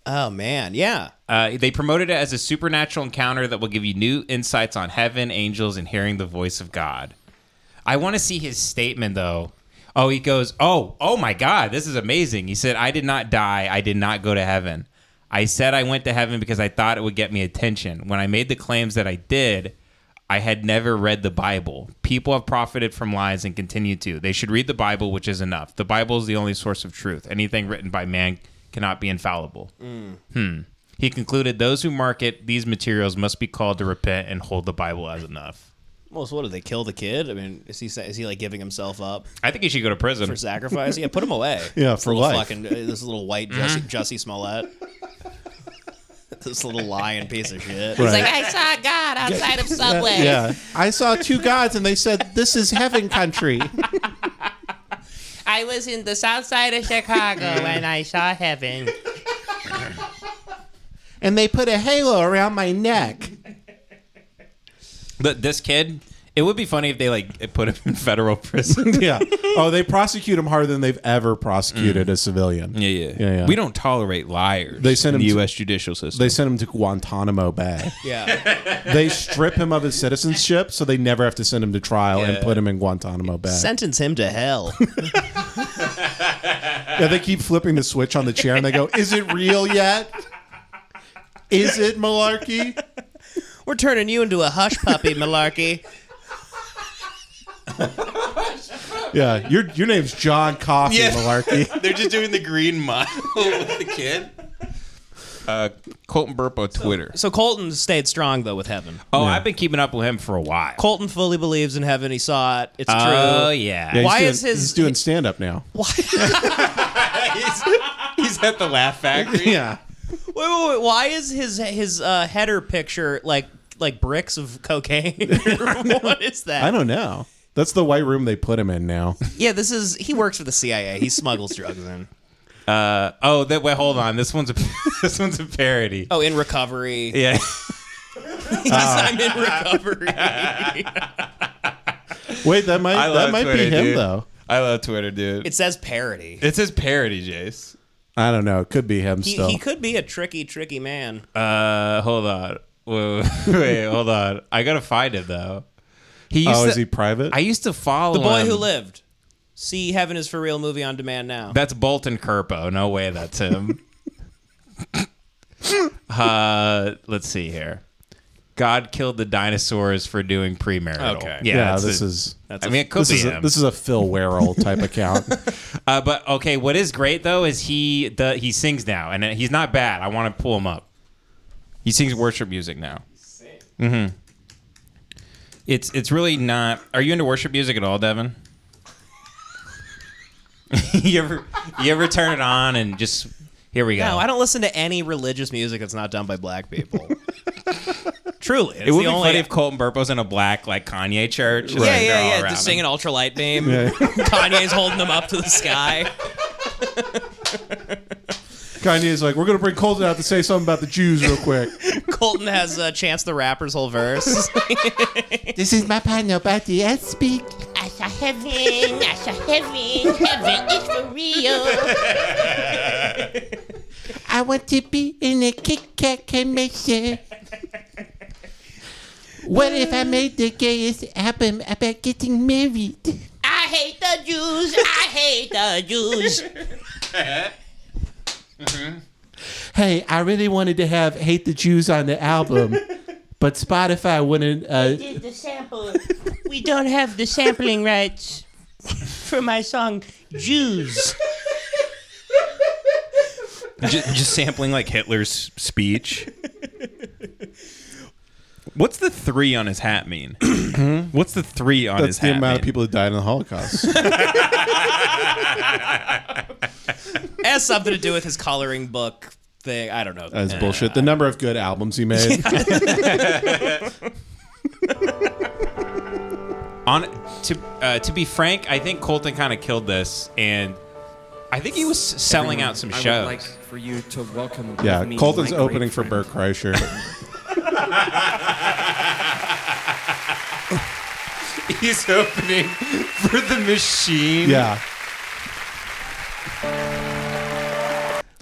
Speaker 3: Oh man, yeah.
Speaker 2: uh, they promoted it as a supernatural encounter that will give you new insights on heaven, angels, and hearing the voice of God. I want to see his statement though. Oh, he goes, "Oh, oh my God, this is amazing." He said, "I did not die. I did not go to heaven. I said I went to heaven because I thought it would get me attention. When I made the claims that I did, I had never read the Bible. People have profited from lies and continue to. They should read the Bible, which is enough. The Bible is the only source of truth. Anything written by man cannot be infallible." Hmm. He concluded, "Those who market these materials must be called to repent and hold the Bible as enough."
Speaker 3: Well, so what did they kill the kid? I mean, is he sa- is he like giving himself up
Speaker 2: I think he should go to prison.
Speaker 3: for sacrifice? Yeah, put him away.
Speaker 1: Yeah,
Speaker 3: This
Speaker 1: for
Speaker 3: little
Speaker 1: life.
Speaker 3: Fucking, uh, this little white Jussie, Jussie Smollett. this little lying piece of shit.
Speaker 1: Right.
Speaker 4: I saw God outside of Subway.
Speaker 1: Yeah, I saw two gods and they said this is heaven country.
Speaker 4: I was in the south side of Chicago and I saw heaven.
Speaker 1: and they put a halo around my neck.
Speaker 2: But this kid, it would be funny if they like put him in federal prison.
Speaker 1: Yeah. Oh, they prosecute him harder than they've ever prosecuted a civilian. Mm. yeah, yeah.
Speaker 2: We don't tolerate liars.
Speaker 1: They send
Speaker 2: in
Speaker 1: him
Speaker 2: the
Speaker 1: to-
Speaker 2: U.S. judicial system.
Speaker 1: They send him to Guantanamo Bay.
Speaker 3: Yeah.
Speaker 1: they strip him of his citizenship, so they never have to send him to trial and put him in Guantanamo Bay.
Speaker 3: Sentence him to hell.
Speaker 1: yeah, they keep flipping the switch on the chair, and they go, "Is it real yet? Is it malarkey?"
Speaker 3: We're turning you into a hush puppy, Malarkey.
Speaker 1: Yeah, your your name's John Coffey,
Speaker 2: Yeah.
Speaker 1: malarkey.
Speaker 2: They're just doing the green mile with the kid. Uh, Colton Burpo Twitter.
Speaker 3: So Colton stayed strong though with heaven.
Speaker 2: oh, I've been keeping up with him for a while.
Speaker 3: Colton fully believes in heaven. He saw it. It's
Speaker 1: Uh,
Speaker 2: Oh
Speaker 3: true.
Speaker 2: yeah.
Speaker 1: Yeah, he's
Speaker 3: Why
Speaker 1: doing-
Speaker 3: is his-
Speaker 1: He's doing stand up now.
Speaker 2: he's, he's at the Laugh Factory.
Speaker 1: Yeah.
Speaker 3: Wait, wait, wait. Why is his his uh, header picture like like bricks of cocaine? what is that?
Speaker 1: I don't know. That's the white room they put him in now.
Speaker 3: Yeah, this is he works for the CIA. He smuggles drugs in.
Speaker 2: Uh, oh, that wait, hold on. This one's a this one's a parody.
Speaker 3: Oh, in recovery.
Speaker 2: Yeah.
Speaker 3: I'm in recovery.
Speaker 1: Wait, that might
Speaker 2: I love
Speaker 1: that might
Speaker 2: Twitter,
Speaker 1: be him
Speaker 2: dude.
Speaker 1: though.
Speaker 2: I love Twitter, dude.
Speaker 3: it says parody.
Speaker 2: It says parody, Jace.
Speaker 1: I don't know. It could be him
Speaker 3: He,
Speaker 1: still.
Speaker 3: he could be a tricky, tricky man.
Speaker 2: Uh, hold on. Wait, wait, wait, hold on. I gotta find it though. He used
Speaker 1: oh,
Speaker 2: to,
Speaker 1: is he private?
Speaker 2: I used to follow
Speaker 3: the boy
Speaker 2: him.
Speaker 3: who lived. See Heaven is for Real movie on demand now.
Speaker 2: That's Bolton Kerpo. No way, that's him. uh, let's see here. God killed the dinosaurs for doing premarital.
Speaker 5: Okay.
Speaker 2: Yeah,
Speaker 1: Yeah,
Speaker 2: that's
Speaker 1: this
Speaker 2: a-
Speaker 1: is
Speaker 2: I mean, it could
Speaker 1: this
Speaker 2: be
Speaker 1: is a,
Speaker 2: him.
Speaker 1: this is a Phil Werrell type account.
Speaker 2: Uh, but okay, what is great though is he the, he sings now, and uh, he's not bad. I want to pull him up. He sings worship music now. Mm-hmm. It's it's really not. Are you into worship music at all, Devin? you ever you ever turn it on and just here we go?
Speaker 3: No, I don't listen to any religious music that's not done by black people. Truly, it's
Speaker 2: It would be
Speaker 3: the only.
Speaker 2: funny if Colton Burp was in a black like Kanye church.
Speaker 3: yeah,
Speaker 2: and they're all
Speaker 3: yeah, yeah.
Speaker 2: rapping.
Speaker 3: Just singing ultralight beam. Kanye's holding them up to the sky.
Speaker 1: Kanye's like, we're gonna bring Colton out to say something about the Jews real quick.
Speaker 3: Colton has uh, Chance the Rapper's whole verse.
Speaker 6: This is my partner, Barty. I speak. I saw heaven, I saw heaven, heaven is for real. I want to be in a Kit Kat commercial. What if I made the gayest album about getting married?
Speaker 4: I hate the Jews. I hate the Jews.
Speaker 6: Hey, I really wanted to have Hate the Jews on the album, but Spotify wouldn't. Uh,
Speaker 4: Did the sample. We don't have the sampling rights for my song Jews.
Speaker 5: just, just sampling like Hitler's speech. What's the three on his hat mean? What's the three on his
Speaker 1: That's the
Speaker 5: hat?
Speaker 1: amount of
Speaker 5: mean?
Speaker 1: people that died in the Holocaust.
Speaker 3: has something to do with his coloring book thing. I don't know.
Speaker 1: That's bullshit. The number of good albums he made.
Speaker 2: on to uh, to be frank, I think Colton kind of killed this, and I think he was selling out some
Speaker 7: Hmm. I would
Speaker 2: shows.
Speaker 7: like for you to welcome.
Speaker 1: yeah,
Speaker 7: with me
Speaker 1: Colton's
Speaker 7: my
Speaker 1: opening
Speaker 7: great
Speaker 1: for
Speaker 7: friend.
Speaker 1: Bert Kreischer.
Speaker 2: He's opening for the Machine.
Speaker 1: Yeah,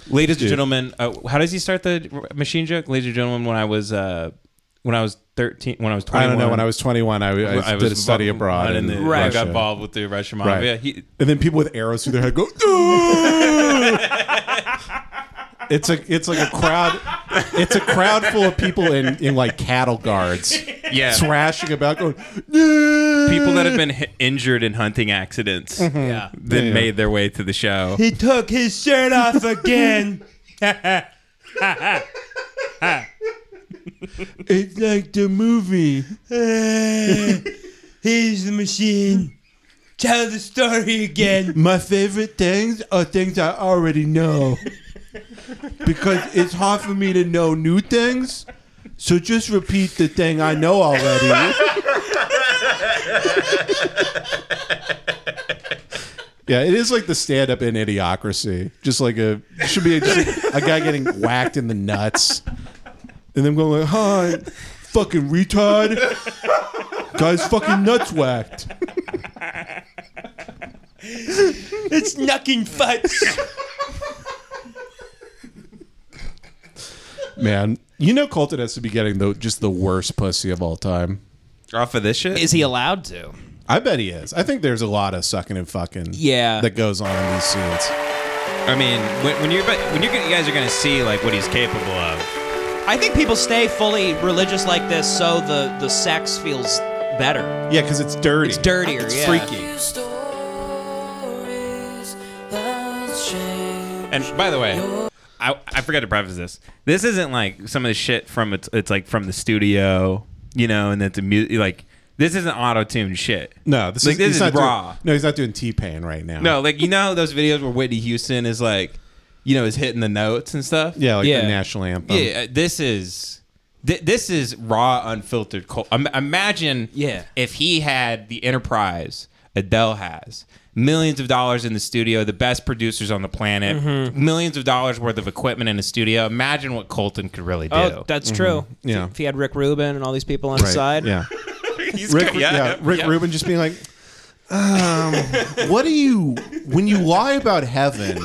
Speaker 2: ladies
Speaker 1: Dude.
Speaker 2: and gentlemen, uh, how does he start the r- Machine joke? Ladies and gentlemen, when I was uh, when I was thirteen, when I was
Speaker 1: I
Speaker 2: twenty,
Speaker 1: don't know. When I was 21, I, I,
Speaker 2: I
Speaker 1: did a
Speaker 2: was
Speaker 1: study
Speaker 2: bu-
Speaker 1: abroad
Speaker 2: and
Speaker 1: in
Speaker 2: then I
Speaker 1: Russia.
Speaker 2: got involved with the Russian
Speaker 1: Right.
Speaker 2: mafia. He,
Speaker 1: And then people with arrows through their head go. "Ooh!" it's a it's like a crowd. It's a crowd full of people in in like cattle guards
Speaker 2: yeah,
Speaker 1: thrashing about going. "Ooh!"
Speaker 2: people that have been hit, injured in hunting accidents
Speaker 3: yeah.
Speaker 2: that
Speaker 1: Mm. Mm-hmm. Yeah.
Speaker 2: made their way to the show.
Speaker 3: He took his shirt off again.
Speaker 6: it's like the movie.
Speaker 3: He's the machine. Tell the story again.
Speaker 6: My favorite things are things I already know. because it's hard for me to know new things. So just repeat the thing I know already.
Speaker 1: Yeah, it is like the stand up in Idiocracy. Just like a should be a, just a guy getting whacked in the nuts, and then going like, "Hi, fucking retard, guy's fucking nuts whacked."
Speaker 3: It's knocking futs.
Speaker 1: Man, you know Colton has to be getting the just the worst pussy of all time.
Speaker 2: Off of this shit,
Speaker 3: Is he allowed to?
Speaker 1: I bet he is. I think there's a lot of sucking and fucking
Speaker 3: Yeah.
Speaker 1: that goes on in these scenes.
Speaker 2: I mean, when, when you're when you're, you guys are gonna see like what he's capable of.
Speaker 3: I think people stay fully religious like this so the, the sex feels better.
Speaker 1: Yeah, because it's dirty.
Speaker 3: It's dirtier,
Speaker 1: It's
Speaker 3: yeah.
Speaker 1: freaky.
Speaker 2: And by the way, I, I forgot to preface this. This isn't like some of the shit from it's, it's like from the studio, you know, and it's a mu- like this isn't auto tuned shit.
Speaker 1: No, this
Speaker 2: Like,
Speaker 1: is
Speaker 2: this
Speaker 1: he's
Speaker 2: is
Speaker 1: not
Speaker 2: raw.
Speaker 1: Doing, no, he's not doing T pain right now.
Speaker 2: No, like you know those videos where Whitney Houston is like, you know, is hitting the notes and stuff.
Speaker 1: Yeah, like
Speaker 3: Yeah.
Speaker 1: the national
Speaker 3: Um,
Speaker 1: anthem.
Speaker 2: Yeah, uh, this is thi- this is raw, unfiltered. Col- Im- imagine,
Speaker 3: Yeah.
Speaker 2: if he had the enterprise Adele has, millions of dollars in the studio, the best producers on the planet,
Speaker 3: Mm-hmm.
Speaker 2: millions of dollars worth of equipment in the studio. Imagine what Colton could really do.
Speaker 3: Oh, that's true.
Speaker 1: Mm-hmm. Yeah.
Speaker 3: If he had Rick Rubin and all these people on his side.
Speaker 1: Yeah. Rick, yeah, Rick Rubin just being like, um, what do you when you lie about heaven?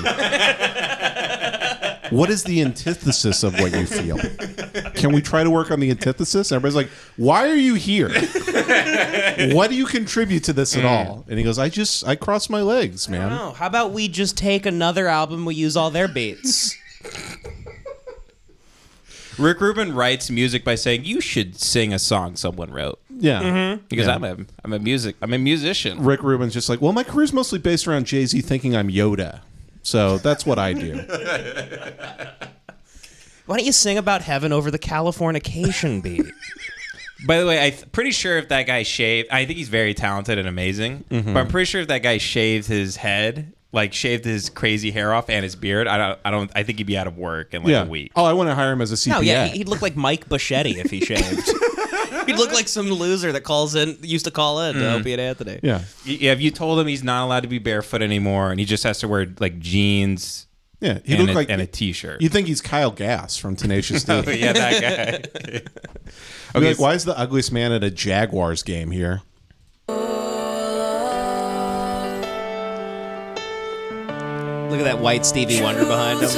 Speaker 1: What is the antithesis of what you feel? Can we try to work on the antithesis? Everybody's like, "Why are you here? what do you contribute to this at all?" And he goes, "I just I cross my legs, man."
Speaker 3: Mm. Oh, how about we just take another album, we use all their beats?
Speaker 2: Rick Rubin writes music by saying you should sing a song someone wrote
Speaker 1: Yeah.
Speaker 3: Mm-hmm.
Speaker 2: because I'm a I'm a music I'm a musician.
Speaker 1: Rick Rubin's just like, well, my career's mostly based around Jay Z thinking I'm Yoda. So that's what I do.
Speaker 3: Why don't you sing about heaven over the Californication beat?
Speaker 2: By the way, I'm pretty sure if that guy shaved, I think he's very talented and amazing.
Speaker 1: Mm-hmm.
Speaker 2: But I'm pretty sure if that guy shaved his head, like shaved his crazy hair off and his beard, I don't, I don't, I think he'd be out of work in like
Speaker 1: yeah.
Speaker 2: a week.
Speaker 1: Oh, I want to hire him as a CPA.
Speaker 3: No, yeah, he- he'd look like Mike Buschetti if he shaved. he'd look like some loser that calls in, used to call in to Opie and Anthony.
Speaker 1: Mm-hmm. yeah.
Speaker 2: Yeah, if you told him he's not allowed to be barefoot anymore and he just has to wear like jeans
Speaker 1: Yeah. He
Speaker 2: and
Speaker 1: looked
Speaker 2: a,
Speaker 1: like
Speaker 2: and a Oh, t-shirt.
Speaker 1: you think he's Kyle Gass from Tenacious D.
Speaker 2: But yeah, that guy.
Speaker 1: You're like, why is the ugliest man at a Jaguars game here?
Speaker 3: Look at that white Stevie Wonder behind him.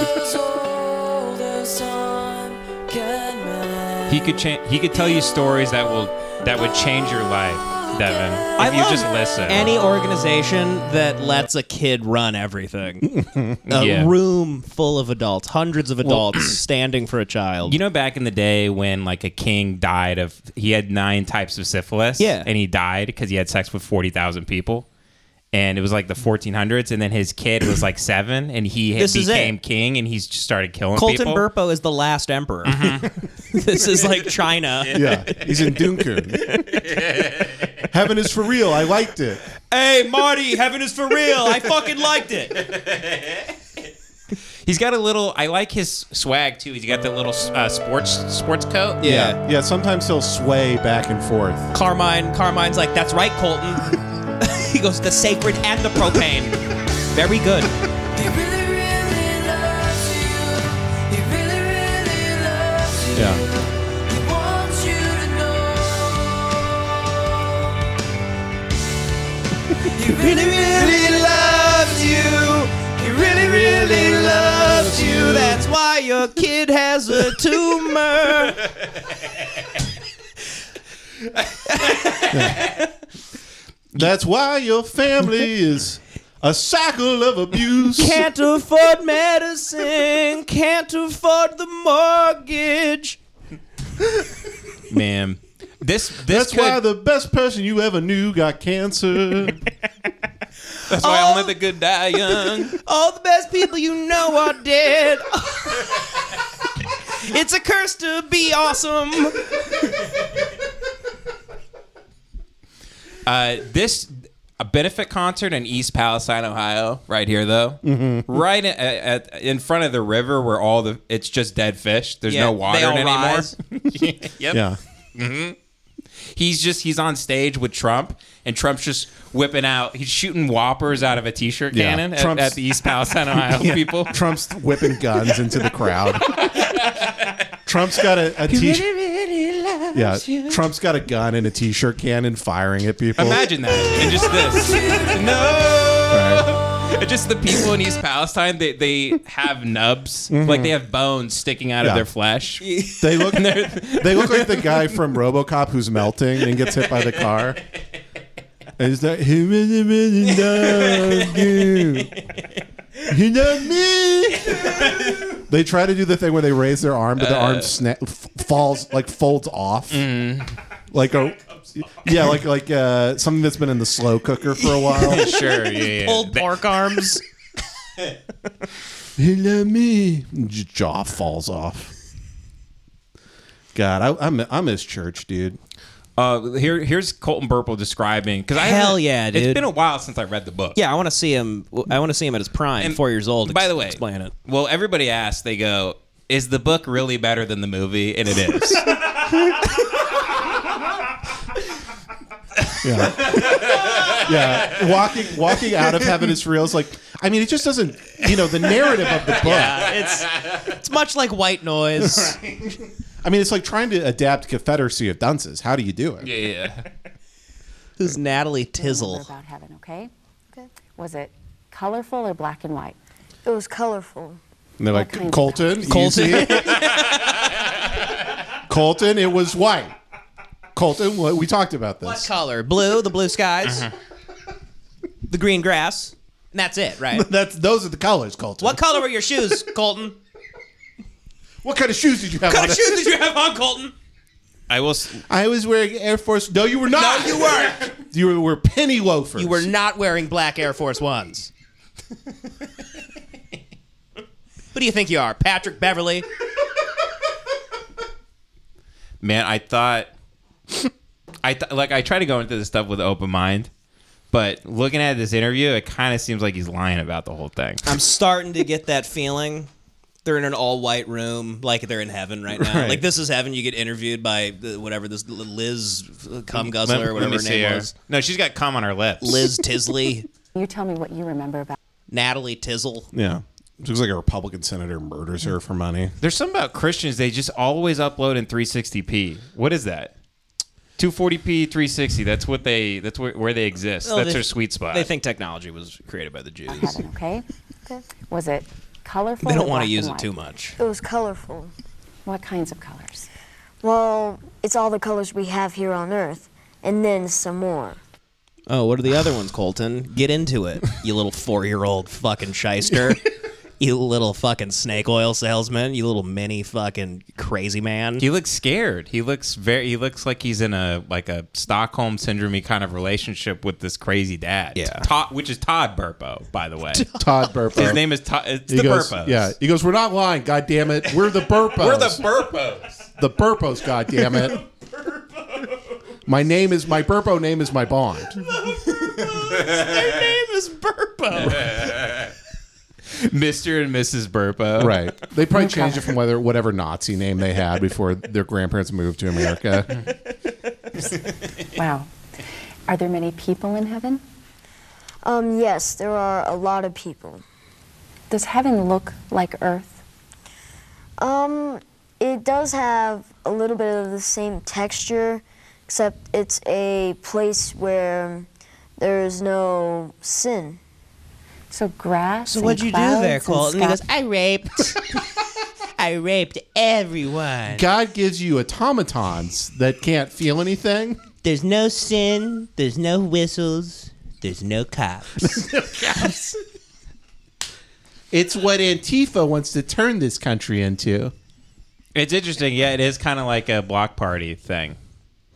Speaker 2: He could change. He could tell you stories that will that would change your life, Devin. If
Speaker 3: I
Speaker 2: you
Speaker 3: love
Speaker 2: just listen.
Speaker 3: Any organization that lets a kid run everything, a
Speaker 2: Yeah.
Speaker 3: room full of adults, hundreds of adults standing for a child.
Speaker 2: you know, back in the day when like a king died of, he had nine types of syphilis.
Speaker 3: Yeah.
Speaker 2: and he died because he had sex with forty thousand people, and it was like the fourteen hundreds. And then his kid was like seven, and he had-
Speaker 3: This is it.
Speaker 2: became king, and he just started killing
Speaker 3: Colton
Speaker 2: people. Mm-hmm.
Speaker 3: Burpo is the last emperor. this is like China.
Speaker 1: Yeah. He's in Dunkirk. Heaven is for real. I liked it.
Speaker 3: Hey, Marty, heaven is for real. I fucking liked it.
Speaker 2: He's got a little. I like his swag too. He's got that little uh, sports sports coat.
Speaker 3: Yeah.
Speaker 1: Yeah. Sometimes he'll sway back and forth.
Speaker 3: Carmine, Carmine's like, that's right, Colton. he goes, the sacred and the propane. Very good.
Speaker 1: Yeah.
Speaker 3: That's why your kid has a tumor.
Speaker 1: That's why your family is a cycle of abuse.
Speaker 3: Can't afford medicine. Can't afford the mortgage.
Speaker 2: man. This this
Speaker 1: That's why
Speaker 2: could,
Speaker 1: the best person you ever knew got cancer.
Speaker 2: that's why only the good die young.
Speaker 3: All the best people you know are dead. it's a curse to be awesome.
Speaker 2: Uh, this a benefit concert in East Palestine, Ohio, right here though,
Speaker 1: Mm-hmm.
Speaker 2: right in, at, at- in front of the river where all the it's just dead fish. There's
Speaker 3: Yeah,
Speaker 2: no
Speaker 3: they
Speaker 2: water in
Speaker 3: all
Speaker 2: it anymore.
Speaker 3: rise.
Speaker 2: yep.
Speaker 1: yeah.
Speaker 2: He's just he's on stage with Trump, and Trump's just whipping out. He's shooting whoppers out of a t-shirt
Speaker 1: Yeah.
Speaker 2: cannon at,
Speaker 1: Trump's-
Speaker 2: at the East Palestine, Ohio people.
Speaker 1: Trump's whipping guns into the crowd. Trump's got a, a t-shirt. Yeah, Trump's got a gun and a t-shirt cannon firing at people.
Speaker 2: Imagine that, and just this. no.
Speaker 1: Right.
Speaker 2: It's just the people in East Palestine, they, they have nubs,
Speaker 3: Mm-hmm.
Speaker 2: like they have bones sticking out
Speaker 1: Yeah.
Speaker 2: of their flesh.
Speaker 1: They look they look like the guy from RoboCop who's melting and gets hit by the car. Is that he really, really loves you? You love me. They try to do the thing where they raise their arm, but the arm sna- f- falls like folds off, like a yeah, like like uh, something that's been in the slow cooker for a while.
Speaker 2: Sure, yeah, yeah.
Speaker 3: Old
Speaker 2: They-
Speaker 3: pork arms.
Speaker 1: He love me. J- Jaw falls off. God, I, I, mi- I miss church, dude.
Speaker 2: Uh, here, here's Colton Burple describing because I
Speaker 3: Hell
Speaker 2: haven't-
Speaker 3: yeah, dude.
Speaker 2: It's been a while since I read the book.
Speaker 3: Yeah, I want to see him. I want to see him at his prime,
Speaker 2: And
Speaker 3: four years old.
Speaker 2: By
Speaker 3: Ex-
Speaker 2: the way,
Speaker 3: explain it.
Speaker 2: Well, everybody asks. They go, "Is the book really better than the movie?" And it is.
Speaker 1: Yeah. yeah. Walking walking out of heaven is real. It's like I mean, it just doesn't you know, the narrative of the book.
Speaker 3: It's it's much like white noise.
Speaker 1: I mean, it's like trying to adapt Confederacy of Dunces. How do you do it?
Speaker 2: yeah.
Speaker 3: Who's Natalie Tizzle?
Speaker 8: about heaven, okay? Was it colorful or black and white?
Speaker 9: It was colorful.
Speaker 1: And they're
Speaker 8: kind
Speaker 1: like,
Speaker 8: of
Speaker 1: Colton,
Speaker 3: Colton.
Speaker 1: Colton. Colton, it was white. Colton, what we talked about
Speaker 3: What
Speaker 1: this.
Speaker 3: color? Blue. The blue skies.
Speaker 5: Uh-huh.
Speaker 3: The green grass. And that's it, right?
Speaker 1: That's those are the colors, Colton.
Speaker 3: what color were your shoes, Colton?
Speaker 1: What kind of shoes did you have? on
Speaker 5: What shoes did you have on, Colton?
Speaker 2: I will. s-
Speaker 1: I was wearing Air Force. No, you were not.
Speaker 5: you weren't.
Speaker 1: You were penny loafers.
Speaker 3: You were not wearing black Air Force Ones. Who do you think you are, Patrick Beverly?
Speaker 2: Man, I thought. I th- like. I try to go into this stuff with an open mind, but looking at this interview, it kind of seems like he's lying about the whole thing.
Speaker 9: I'm starting to get that feeling. They're in an all-white room, like they're in heaven right now. Like this is heaven. You get interviewed by the, whatever this L- Liz uh, Cum Guzzler, or whatever her name was.
Speaker 2: No, she's got cum on her lips.
Speaker 9: Liz Tisley,
Speaker 8: You tell me what you remember about.
Speaker 9: Natalie Tizzle.
Speaker 1: Yeah. It was like a Republican senator murders her for money.
Speaker 2: There's something about Christians; they just always upload in 360p. What is that? 240p, 360. That's what they. That's where, where they exist.
Speaker 9: Well,
Speaker 2: that's
Speaker 9: they-
Speaker 2: their sweet spot.
Speaker 9: They think technology was created by the Jews.
Speaker 8: Heaven, okay? Was it colorful?
Speaker 9: They
Speaker 8: or
Speaker 9: don't want
Speaker 8: black
Speaker 9: to use
Speaker 8: and
Speaker 9: it too
Speaker 8: white?
Speaker 9: much.
Speaker 10: It was colorful.
Speaker 8: What kinds of colors?
Speaker 10: Well, it's all the colors we have here on Earth, and then some more.
Speaker 3: Oh, what are the other ones?
Speaker 9: Colton, get into it, you little four-year-old fucking shyster. You little fucking snake oil salesman, you little mini fucking crazy man.
Speaker 2: He looks scared. He looks very. He looks like he's in a like a Stockholm syndrome kind of relationship with this crazy dad.
Speaker 9: Yeah.
Speaker 2: Todd, which is Todd Burpo, by the way.
Speaker 1: Todd Burpo.
Speaker 2: His name is Todd. It's
Speaker 1: he
Speaker 2: the
Speaker 1: goes,
Speaker 2: Burpos.
Speaker 1: Yeah. He goes, We're not lying, god damn it. We're the Burpos.
Speaker 2: we're the Burpos.
Speaker 1: the Burpos, god damn it. My name is my Burpo name is my bond.
Speaker 2: Mister and Mrs. Burpo.
Speaker 1: Right. They probably changed it from whether whatever Nazi name they had before their grandparents moved to America.
Speaker 8: Wow. Are there many people in heaven?
Speaker 10: Um, yes, there are a lot of people.
Speaker 8: Does heaven look like earth?
Speaker 10: Um, it does have a little bit of the same texture, except it's a place where there is no sin.
Speaker 8: So grass.
Speaker 4: So
Speaker 8: and
Speaker 4: what'd you do
Speaker 8: clouds
Speaker 4: there,
Speaker 8: and
Speaker 4: Colton? He
Speaker 8: sky-
Speaker 4: goes, I raped. I raped everyone.
Speaker 1: God gives you automatons that can't feel anything.
Speaker 4: There's no sin. There's no whistles. There's no cops.
Speaker 1: It's what Antifa wants to turn this country into.
Speaker 2: It's interesting. Yeah, it is kind of like a block party thing.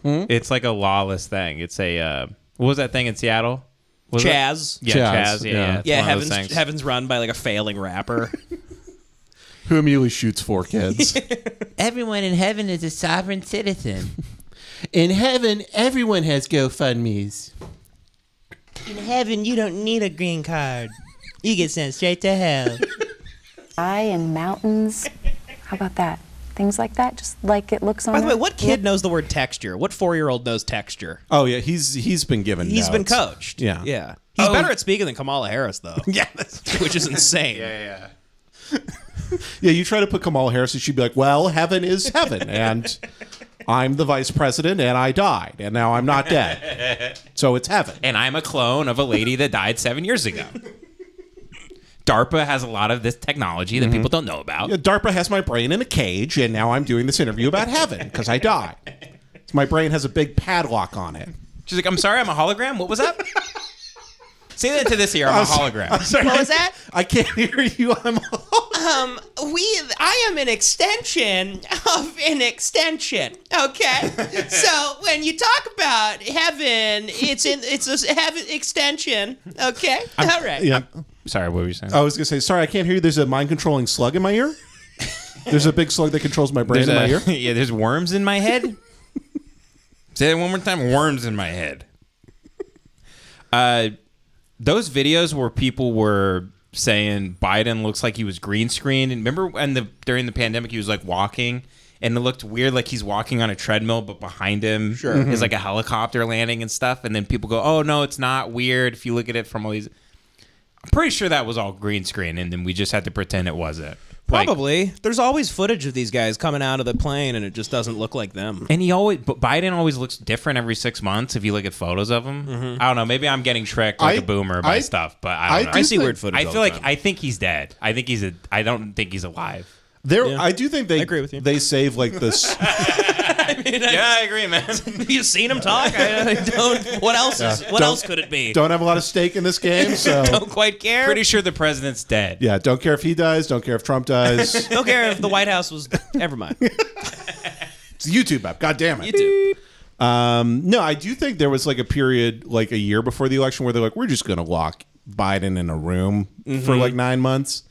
Speaker 9: Hmm?
Speaker 2: It's like a lawless thing. It's a uh, what was that thing in Seattle? What was it?
Speaker 9: Chaz.
Speaker 2: Yeah,
Speaker 1: Chaz,
Speaker 2: Chaz. yeah,
Speaker 1: yeah.
Speaker 2: yeah. It's
Speaker 9: Yeah,
Speaker 2: one of those
Speaker 9: heaven's,
Speaker 2: things.
Speaker 9: heaven's run by like a failing rapper.
Speaker 1: Who immediately shoots four kids.
Speaker 4: everyone in heaven is a sovereign citizen.
Speaker 1: In heaven, everyone has GoFundMe's.
Speaker 4: In heaven, you don't need a green card. You get sent straight to hell.
Speaker 8: Sky and mountains. How about that? Things like that, just like it looks on.
Speaker 9: By the way,
Speaker 8: Earth?
Speaker 9: what kid knows the word texture? What four-year-old knows texture?
Speaker 1: Oh yeah, he's he's been given.
Speaker 9: He's
Speaker 1: He's
Speaker 9: been coached.
Speaker 1: Yeah.
Speaker 9: yeah.
Speaker 3: Oh.
Speaker 9: He's better at speaking than Kamala Harris, though. yeah, which is insane.
Speaker 1: Yeah, you try to put Kamala Harris, and she'd be like, "Well, heaven is heaven, and I'm the vice president, and I died, and now I'm not dead, so it's heaven."
Speaker 2: and I'm a clone of a lady that died seven years ago. DARPA has a lot of this technology that people don't know about.
Speaker 1: DARPA has my brain in a cage, and now I'm doing this interview about heaven because I died. My brain has a big padlock on it.
Speaker 2: She's like, I'm sorry, I'm a hologram. What was that? Say that to this ear, I'm a hologram.
Speaker 1: Sorry,
Speaker 4: What was that?
Speaker 1: I can't hear you. I'm
Speaker 4: Um, we, I am an extension of an extension. Okay, so when you talk about heaven, it's in it's a heaven extension. Okay, all right.
Speaker 1: yeah.
Speaker 2: Sorry, what were you saying?
Speaker 1: I was gonna say, sorry, I can't hear you. There's a mind controlling slug in my ear. There's a big slug that controls my brain
Speaker 2: there's
Speaker 1: in my
Speaker 2: a-
Speaker 1: ear.
Speaker 2: yeah, there's worms in my head. Say that one more time. Worms in my head. Uh, those videos where people were saying Biden looks like he was green screened. And remember when the during the pandemic he was like walking and it looked weird like he's walking on a treadmill, but behind him is like a helicopter landing and stuff. And then people go, "Oh no, it's not weird if you look at it from all these." I'm pretty sure that was all green screen, and then we just had to pretend it wasn't. Like,
Speaker 9: Probably. There's always footage of these guys coming out of the plane, and it just doesn't look like them.
Speaker 2: And he always, but Biden always looks different every six months if you look at photos of him. I don't know. Maybe I'm getting tricked like
Speaker 1: Mm-hmm. I-
Speaker 2: a boomer by
Speaker 1: I-
Speaker 2: stuff, but I don't
Speaker 1: I
Speaker 2: know.
Speaker 1: do
Speaker 9: I see
Speaker 1: think-
Speaker 9: weird footage.
Speaker 2: I
Speaker 9: all
Speaker 2: feel
Speaker 9: the
Speaker 2: like
Speaker 9: time.
Speaker 2: I think he's dead. I think he's a. I don't think he's alive.
Speaker 1: There, I do think they
Speaker 11: I agree with you.
Speaker 1: They save like this.
Speaker 3: I mean, I-
Speaker 2: Yeah, I agree, man.
Speaker 3: You've seen him talk. I, I don't. What else? Is, what
Speaker 1: Don't-
Speaker 3: else could it be?
Speaker 1: don't have a lot of stake in this game, so
Speaker 3: Don't quite care.
Speaker 2: Pretty sure the president's dead.
Speaker 1: yeah. Don't care if he dies. Don't care if Trump dies.
Speaker 3: don't care if the White House was. Never mind.
Speaker 1: it's a YouTube app. God damn it.
Speaker 3: YouTube.
Speaker 1: Um, no, I do think there was like a period, like a year before the election, where they're like, we're just going to lock Biden in a room
Speaker 3: Mm-hmm.
Speaker 1: for like nine months.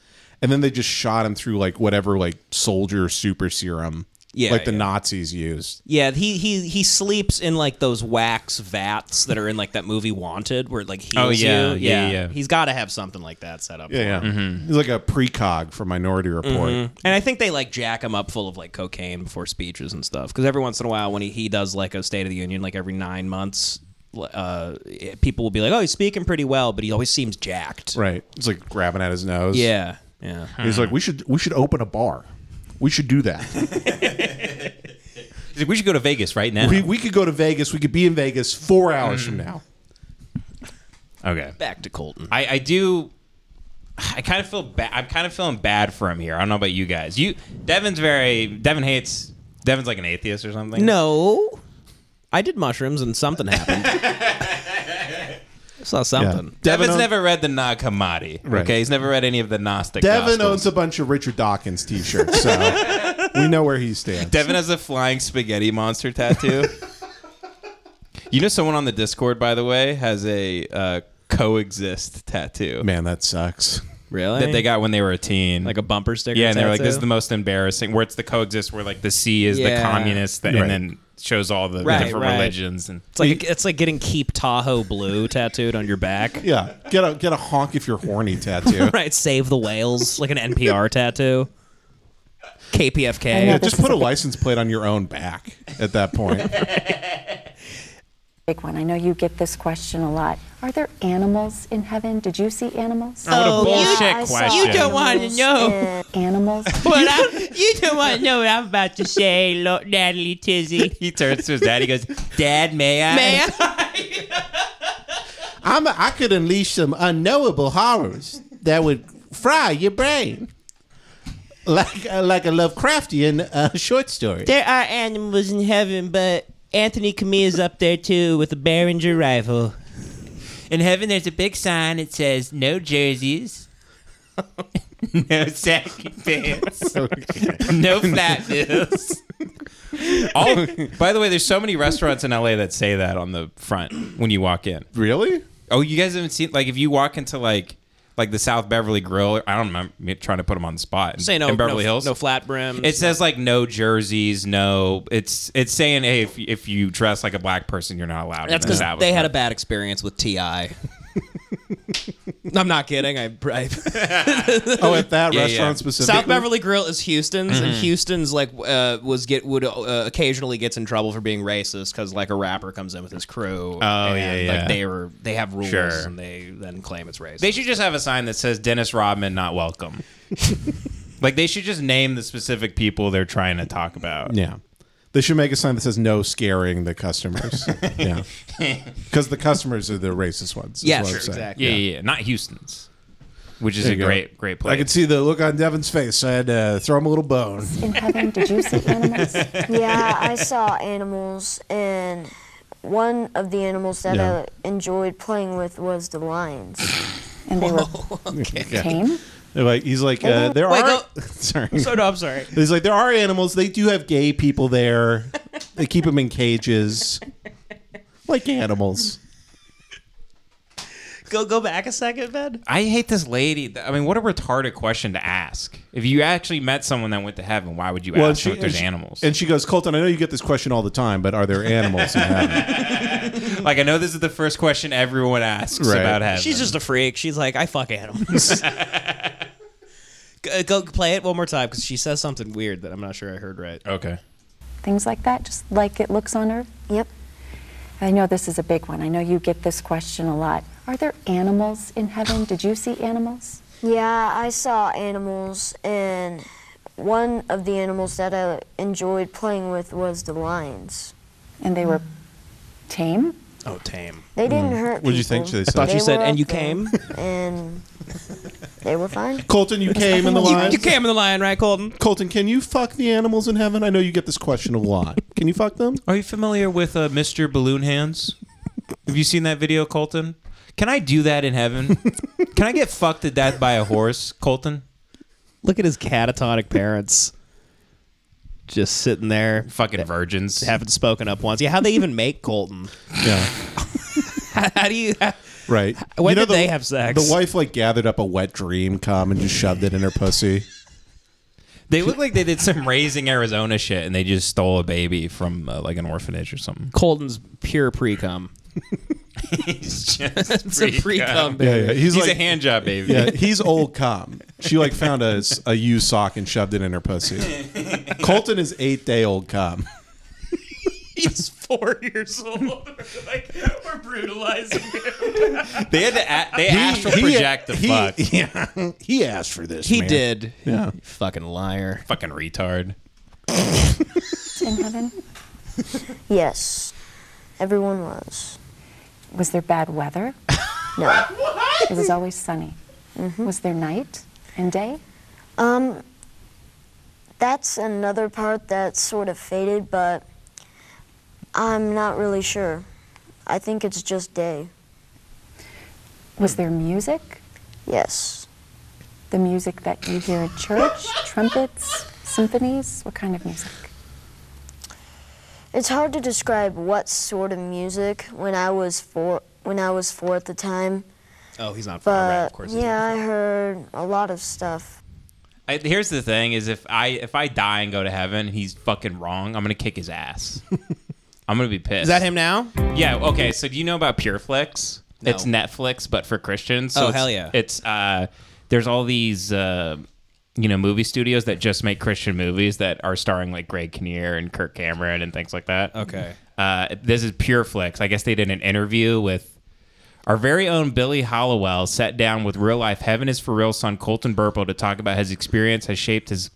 Speaker 1: And then they just shot him through like whatever, like soldier super serum.
Speaker 3: Yeah,
Speaker 1: Like the
Speaker 3: yeah.
Speaker 1: Nazis used.
Speaker 3: Yeah, he he he sleeps in like those wax vats that are in like that movie Wanted, where it like heals
Speaker 2: Oh, yeah,
Speaker 3: you.
Speaker 2: yeah, yeah.
Speaker 3: He's got to have something like that set up. for
Speaker 1: Yeah.
Speaker 3: him.
Speaker 1: yeah. It's like a precog for Minority Report.
Speaker 3: And I think they like jack him up full of like cocaine before speeches and stuff. Because every once in a while, when he, he does like a State of the Union, like every nine months, uh, it- people will be like, "Oh, he's speaking pretty well," but he always seems jacked.
Speaker 1: Right. It's like grabbing at his nose.
Speaker 3: Yeah. Yeah.
Speaker 1: He's like, we should we should open a bar. We should do that.
Speaker 2: He's like, we should go to Vegas right now.
Speaker 1: we, we could go to Vegas. We could be in Vegas four hours
Speaker 3: Mm-hmm.
Speaker 1: from now.
Speaker 2: Okay.
Speaker 3: Back to Colton.
Speaker 2: I, I do. I kind of feel bad. I'm kind of feeling bad for him here. I don't know about you guys. You, Devin's very. Devin hates. Devin's like an atheist or something.
Speaker 3: No, I did mushrooms and something happened. I saw something.
Speaker 2: Devin's
Speaker 1: own-
Speaker 2: never read the Nag Hammadi.
Speaker 1: Right.
Speaker 2: Okay, he's never read any of the Gnostic.
Speaker 1: Devin
Speaker 2: Gospels.
Speaker 1: owns a bunch of Richard Dawkins t-shirts, so we know where he stands.
Speaker 2: Devin has a flying spaghetti monster tattoo. you know, someone on the Discord, by the way, has a uh, coexist tattoo
Speaker 1: Man, that sucks.
Speaker 3: Really?
Speaker 2: that they got when they were a teen.
Speaker 3: like a bumper sticker.
Speaker 2: yeah, and they're like,
Speaker 3: tattoo?
Speaker 2: this is the most embarrassing. Where it's the coexist, where like the C is the
Speaker 3: Yeah.
Speaker 2: communist, that,
Speaker 1: Right.
Speaker 2: and then shows all the
Speaker 3: Right,
Speaker 2: different
Speaker 3: right.
Speaker 2: religions and.
Speaker 3: It's like it's like getting keep Tahoe blue tattooed on your back.
Speaker 1: Yeah, get a get a honk if you're horny tattoo.
Speaker 3: Right, save the whales like an NPR tattoo. KPFK.
Speaker 1: Yeah, just put a license plate on your own back at that point.
Speaker 8: Big one. I know you get this question a lot. Are there animals in heaven? Did you see animals?
Speaker 9: Uh,
Speaker 2: What a bullshit
Speaker 10: Yeah, I saw animals
Speaker 2: question.
Speaker 4: Oh, You don't want to know.
Speaker 10: and-
Speaker 8: Animals.
Speaker 4: What I, you don't want to know what I'm about to say, Lo- Natalie Tizzy.
Speaker 2: He turns to his dad. He goes, "Dad, may I?"
Speaker 4: Man,
Speaker 1: I'm a, I could unleash some unknowable horrors that would fry your brain, like uh, like a Lovecraftian uh, short story.
Speaker 4: there are animals in heaven, but Anthony Camilla's up there too with a Behringer rifle.
Speaker 2: In heaven, there's a big sign. It says, "No jerseys, no sack pants, no flat bills." All, by the way, there's so many restaurants in LA that say that on the front when you walk in.
Speaker 1: Really?
Speaker 2: Oh, you guys haven't seen like if you walk into like like the South Beverly Grill. Or, I don't remember I'm trying to put them on the spot. In,
Speaker 3: Say no
Speaker 2: in Beverly
Speaker 3: no,
Speaker 2: Hills.
Speaker 3: No flat brim.
Speaker 2: It says like no jerseys, no. It's it's saying hey, if if you dress like a black person, you're not allowed.
Speaker 3: That's
Speaker 2: in the
Speaker 3: because they had a
Speaker 2: establishment.
Speaker 3: bad experience with TI. I'm not kidding. I, I
Speaker 1: Oh, at that
Speaker 2: Yeah, yeah. Mm-hmm.
Speaker 1: restaurant specifically.
Speaker 3: South Beverly Grill is Houston's, and Houston's like uh, was get would uh, occasionally gets in trouble for being racist because like a rapper comes in with his crew. Oh and,
Speaker 2: yeah, yeah.
Speaker 3: Like they were they have rules
Speaker 2: Sure.
Speaker 3: and they then claim it's racist.
Speaker 2: They should just have a sign that says Dennis Rodman not welcome. like they should just name the specific people they're trying to talk about.
Speaker 1: Yeah. They should make a sign that says no scaring the customers. yeah. Because the customers are the racist ones. is
Speaker 3: Yeah,
Speaker 1: what I'm
Speaker 3: sure,
Speaker 1: saying.
Speaker 3: exactly.
Speaker 2: Yeah, yeah, yeah. Not Houston's, which is
Speaker 1: There
Speaker 2: a
Speaker 1: you go.
Speaker 2: great, great place.
Speaker 1: I could see the look on Devin's face. I had to throw him a little bone.
Speaker 8: in heaven? Did you see animals?
Speaker 10: yeah, I saw animals, and one of the animals that
Speaker 1: Yeah.
Speaker 10: I enjoyed playing with was the lions.
Speaker 8: And they were tame?
Speaker 1: They're like he's like uh, there
Speaker 3: Wait,
Speaker 1: are
Speaker 3: go-
Speaker 1: sorry.
Speaker 3: So Oh, no, I'm sorry.
Speaker 1: He's like there are animals. They do have gay people there. they keep them in cages, like animals.
Speaker 3: Go go back a second, Ben.
Speaker 2: I hate this lady. I mean, what a retarded question to ask. If you actually met someone that went to heaven, why would you
Speaker 1: Well,
Speaker 2: ask
Speaker 1: she-
Speaker 2: them if there's
Speaker 1: and she-
Speaker 2: animals?
Speaker 1: And she goes, Colton. I know you get this question all the time, but are there animals in heaven?
Speaker 2: like, I know this is the first question everyone asks
Speaker 1: Right.
Speaker 2: about heaven.
Speaker 3: She's just a freak. She's like, I fuck animals. go, go play it one more time because she says something weird that I'm not sure I heard right.
Speaker 2: okay.
Speaker 8: Things like that, just like it looks on earth?
Speaker 10: Yep.
Speaker 8: I know this is a big one. I know you get this question a lot. Are there animals in heaven? Did you see animals?
Speaker 10: Yeah, I saw animals, and one of the animals that I enjoyed playing with was the lions.
Speaker 8: And they were tame?
Speaker 3: Oh, tame.
Speaker 10: They didn't hurt.
Speaker 1: Hmm. What'd you think
Speaker 10: people.
Speaker 1: they I thought
Speaker 10: They
Speaker 1: you
Speaker 3: said,
Speaker 10: were
Speaker 3: "And
Speaker 10: up
Speaker 3: you
Speaker 10: there,
Speaker 3: came?"
Speaker 10: and they were fine.
Speaker 1: Colton, you came in the
Speaker 3: You,
Speaker 1: line.
Speaker 3: you came in the lion, right, Colton?
Speaker 1: Colton, can you fuck the animals in heaven? I know you get this question a lot. Can you fuck them?
Speaker 2: Are you familiar with uh, Mr. Balloon Hands? Have you seen that video, Colton? Can I do that in heaven? Can I get fucked to death by a horse, Colton?
Speaker 3: Look at his catatonic parents, just sitting there,
Speaker 2: Fucking virgins.
Speaker 3: haven't spoken up once. Yeah, how they even make Colton?
Speaker 1: Yeah.
Speaker 3: How do you?
Speaker 1: Right.
Speaker 3: When
Speaker 1: You know
Speaker 3: did
Speaker 1: the-
Speaker 3: they have sex?
Speaker 1: The wife like gathered up a wet dream cum and just shoved it in her pussy.
Speaker 2: They look like they did some raising Arizona shit and they just stole a baby from uh, like an orphanage or something.
Speaker 3: Colton's pure pre cum.
Speaker 2: He's just
Speaker 3: It's a pre cum,
Speaker 1: Yeah, yeah. He's,
Speaker 2: He's
Speaker 1: like
Speaker 2: a hand job baby.
Speaker 1: yeah, Uh, he's old cum. She like found a, s- a used sock and shoved it in her pussy. Colton is eight day old cum.
Speaker 5: He's four years old. like we're brutalizing him.
Speaker 2: They had to a- they astral project the
Speaker 1: he,
Speaker 2: fuck.
Speaker 1: Yeah, he asked for this.
Speaker 3: He
Speaker 1: man.
Speaker 3: did.
Speaker 1: Yeah.
Speaker 3: You fucking liar.
Speaker 2: Fucking retard.
Speaker 8: in heaven?
Speaker 10: Yes, everyone was.
Speaker 8: Was there bad weather?
Speaker 10: No.
Speaker 8: It was always sunny.
Speaker 2: Mm-hmm.
Speaker 8: Was there night and day?
Speaker 10: Um, that's another part that sort of faded, but I'm not really sure. I think it's just day.
Speaker 8: Was there music?
Speaker 10: Yes.
Speaker 8: The music that you hear at church? Trumpets? Symphonies? What kind of music?
Speaker 10: It's hard to describe what sort of music when I was four when I was four at the time,
Speaker 3: Oh, he's
Speaker 10: but
Speaker 3: not far right, of course. he's
Speaker 10: yeah, I heard a lot of stuff.
Speaker 2: I, here's the thing: is if I if I die and go to heaven, and he's fucking wrong. I'm gonna kick his ass. I'm gonna be pissed.
Speaker 3: Is that him now?
Speaker 2: Yeah. Okay. So do you know about Pureflix?
Speaker 3: No.
Speaker 2: It's Netflix, but for Christians. So
Speaker 3: Oh,
Speaker 2: it's-
Speaker 3: hell yeah.
Speaker 2: It's uh, there's all these uh, you know, movie studios that just make Christian movies that are starring like Greg Kinnear and Kirk Cameron and things like that.
Speaker 3: Okay.
Speaker 2: Uh, this is Pureflix. I guess they did an interview with. Our very own Billy Hollowell sat down with real life Heaven is for Real son Colton Burpo to talk about his experience has shaped his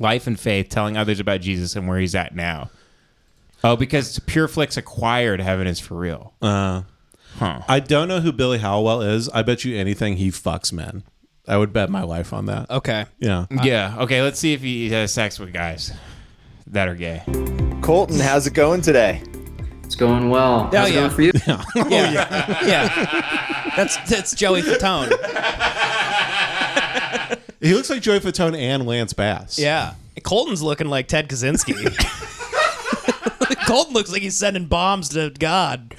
Speaker 2: life and faith, telling others about Jesus and where he's at now. Oh, because Pureflix acquired Heaven is for Real.
Speaker 1: I don't know who Billy Howell is. I bet you anything he fucks men. I would bet my life on that.
Speaker 3: Okay.
Speaker 1: Yeah.
Speaker 2: yeah. Okay. Let's see if he has sex with guys that are gay.
Speaker 12: Colton, how's it going today?
Speaker 7: It's going well.
Speaker 3: How's it yeah. going for
Speaker 7: you?
Speaker 3: Oh, Yeah. yeah. That's that's Joey Fatone.
Speaker 1: He looks like Joey Fatone and Lance Bass.
Speaker 3: Yeah. Colton's looking like Ted Kaczynski. Colton looks like he's sending bombs to God.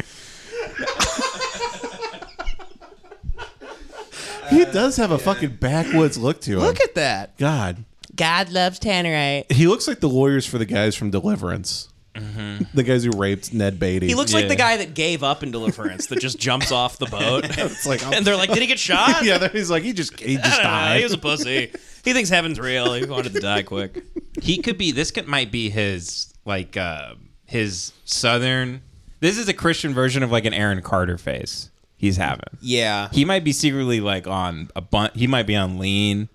Speaker 1: He does have a fucking backwoods look to him.
Speaker 3: Look at that.
Speaker 1: God.
Speaker 3: God loves Tannerite.
Speaker 1: He looks like the lawyers for the guys from Deliverance. The guys who raped Ned Beatty.
Speaker 3: Mm-hmm. He looks like
Speaker 2: Yeah.
Speaker 3: the guy that gave up in Deliverance that just jumps off the boat.
Speaker 1: it's like
Speaker 3: and they're like, "Did he get shot?"
Speaker 1: yeah. there- He's like he just he
Speaker 3: I
Speaker 1: just
Speaker 3: don't know.
Speaker 1: died.
Speaker 3: He was a pussy. He thinks heaven's real. He wanted to die quick.
Speaker 2: He could be. This could, might be his like uh, his southern. This is a Christian version of like an Aaron Carter face he's having.
Speaker 3: Yeah,
Speaker 2: He might be secretly like on a bun. He might be on lean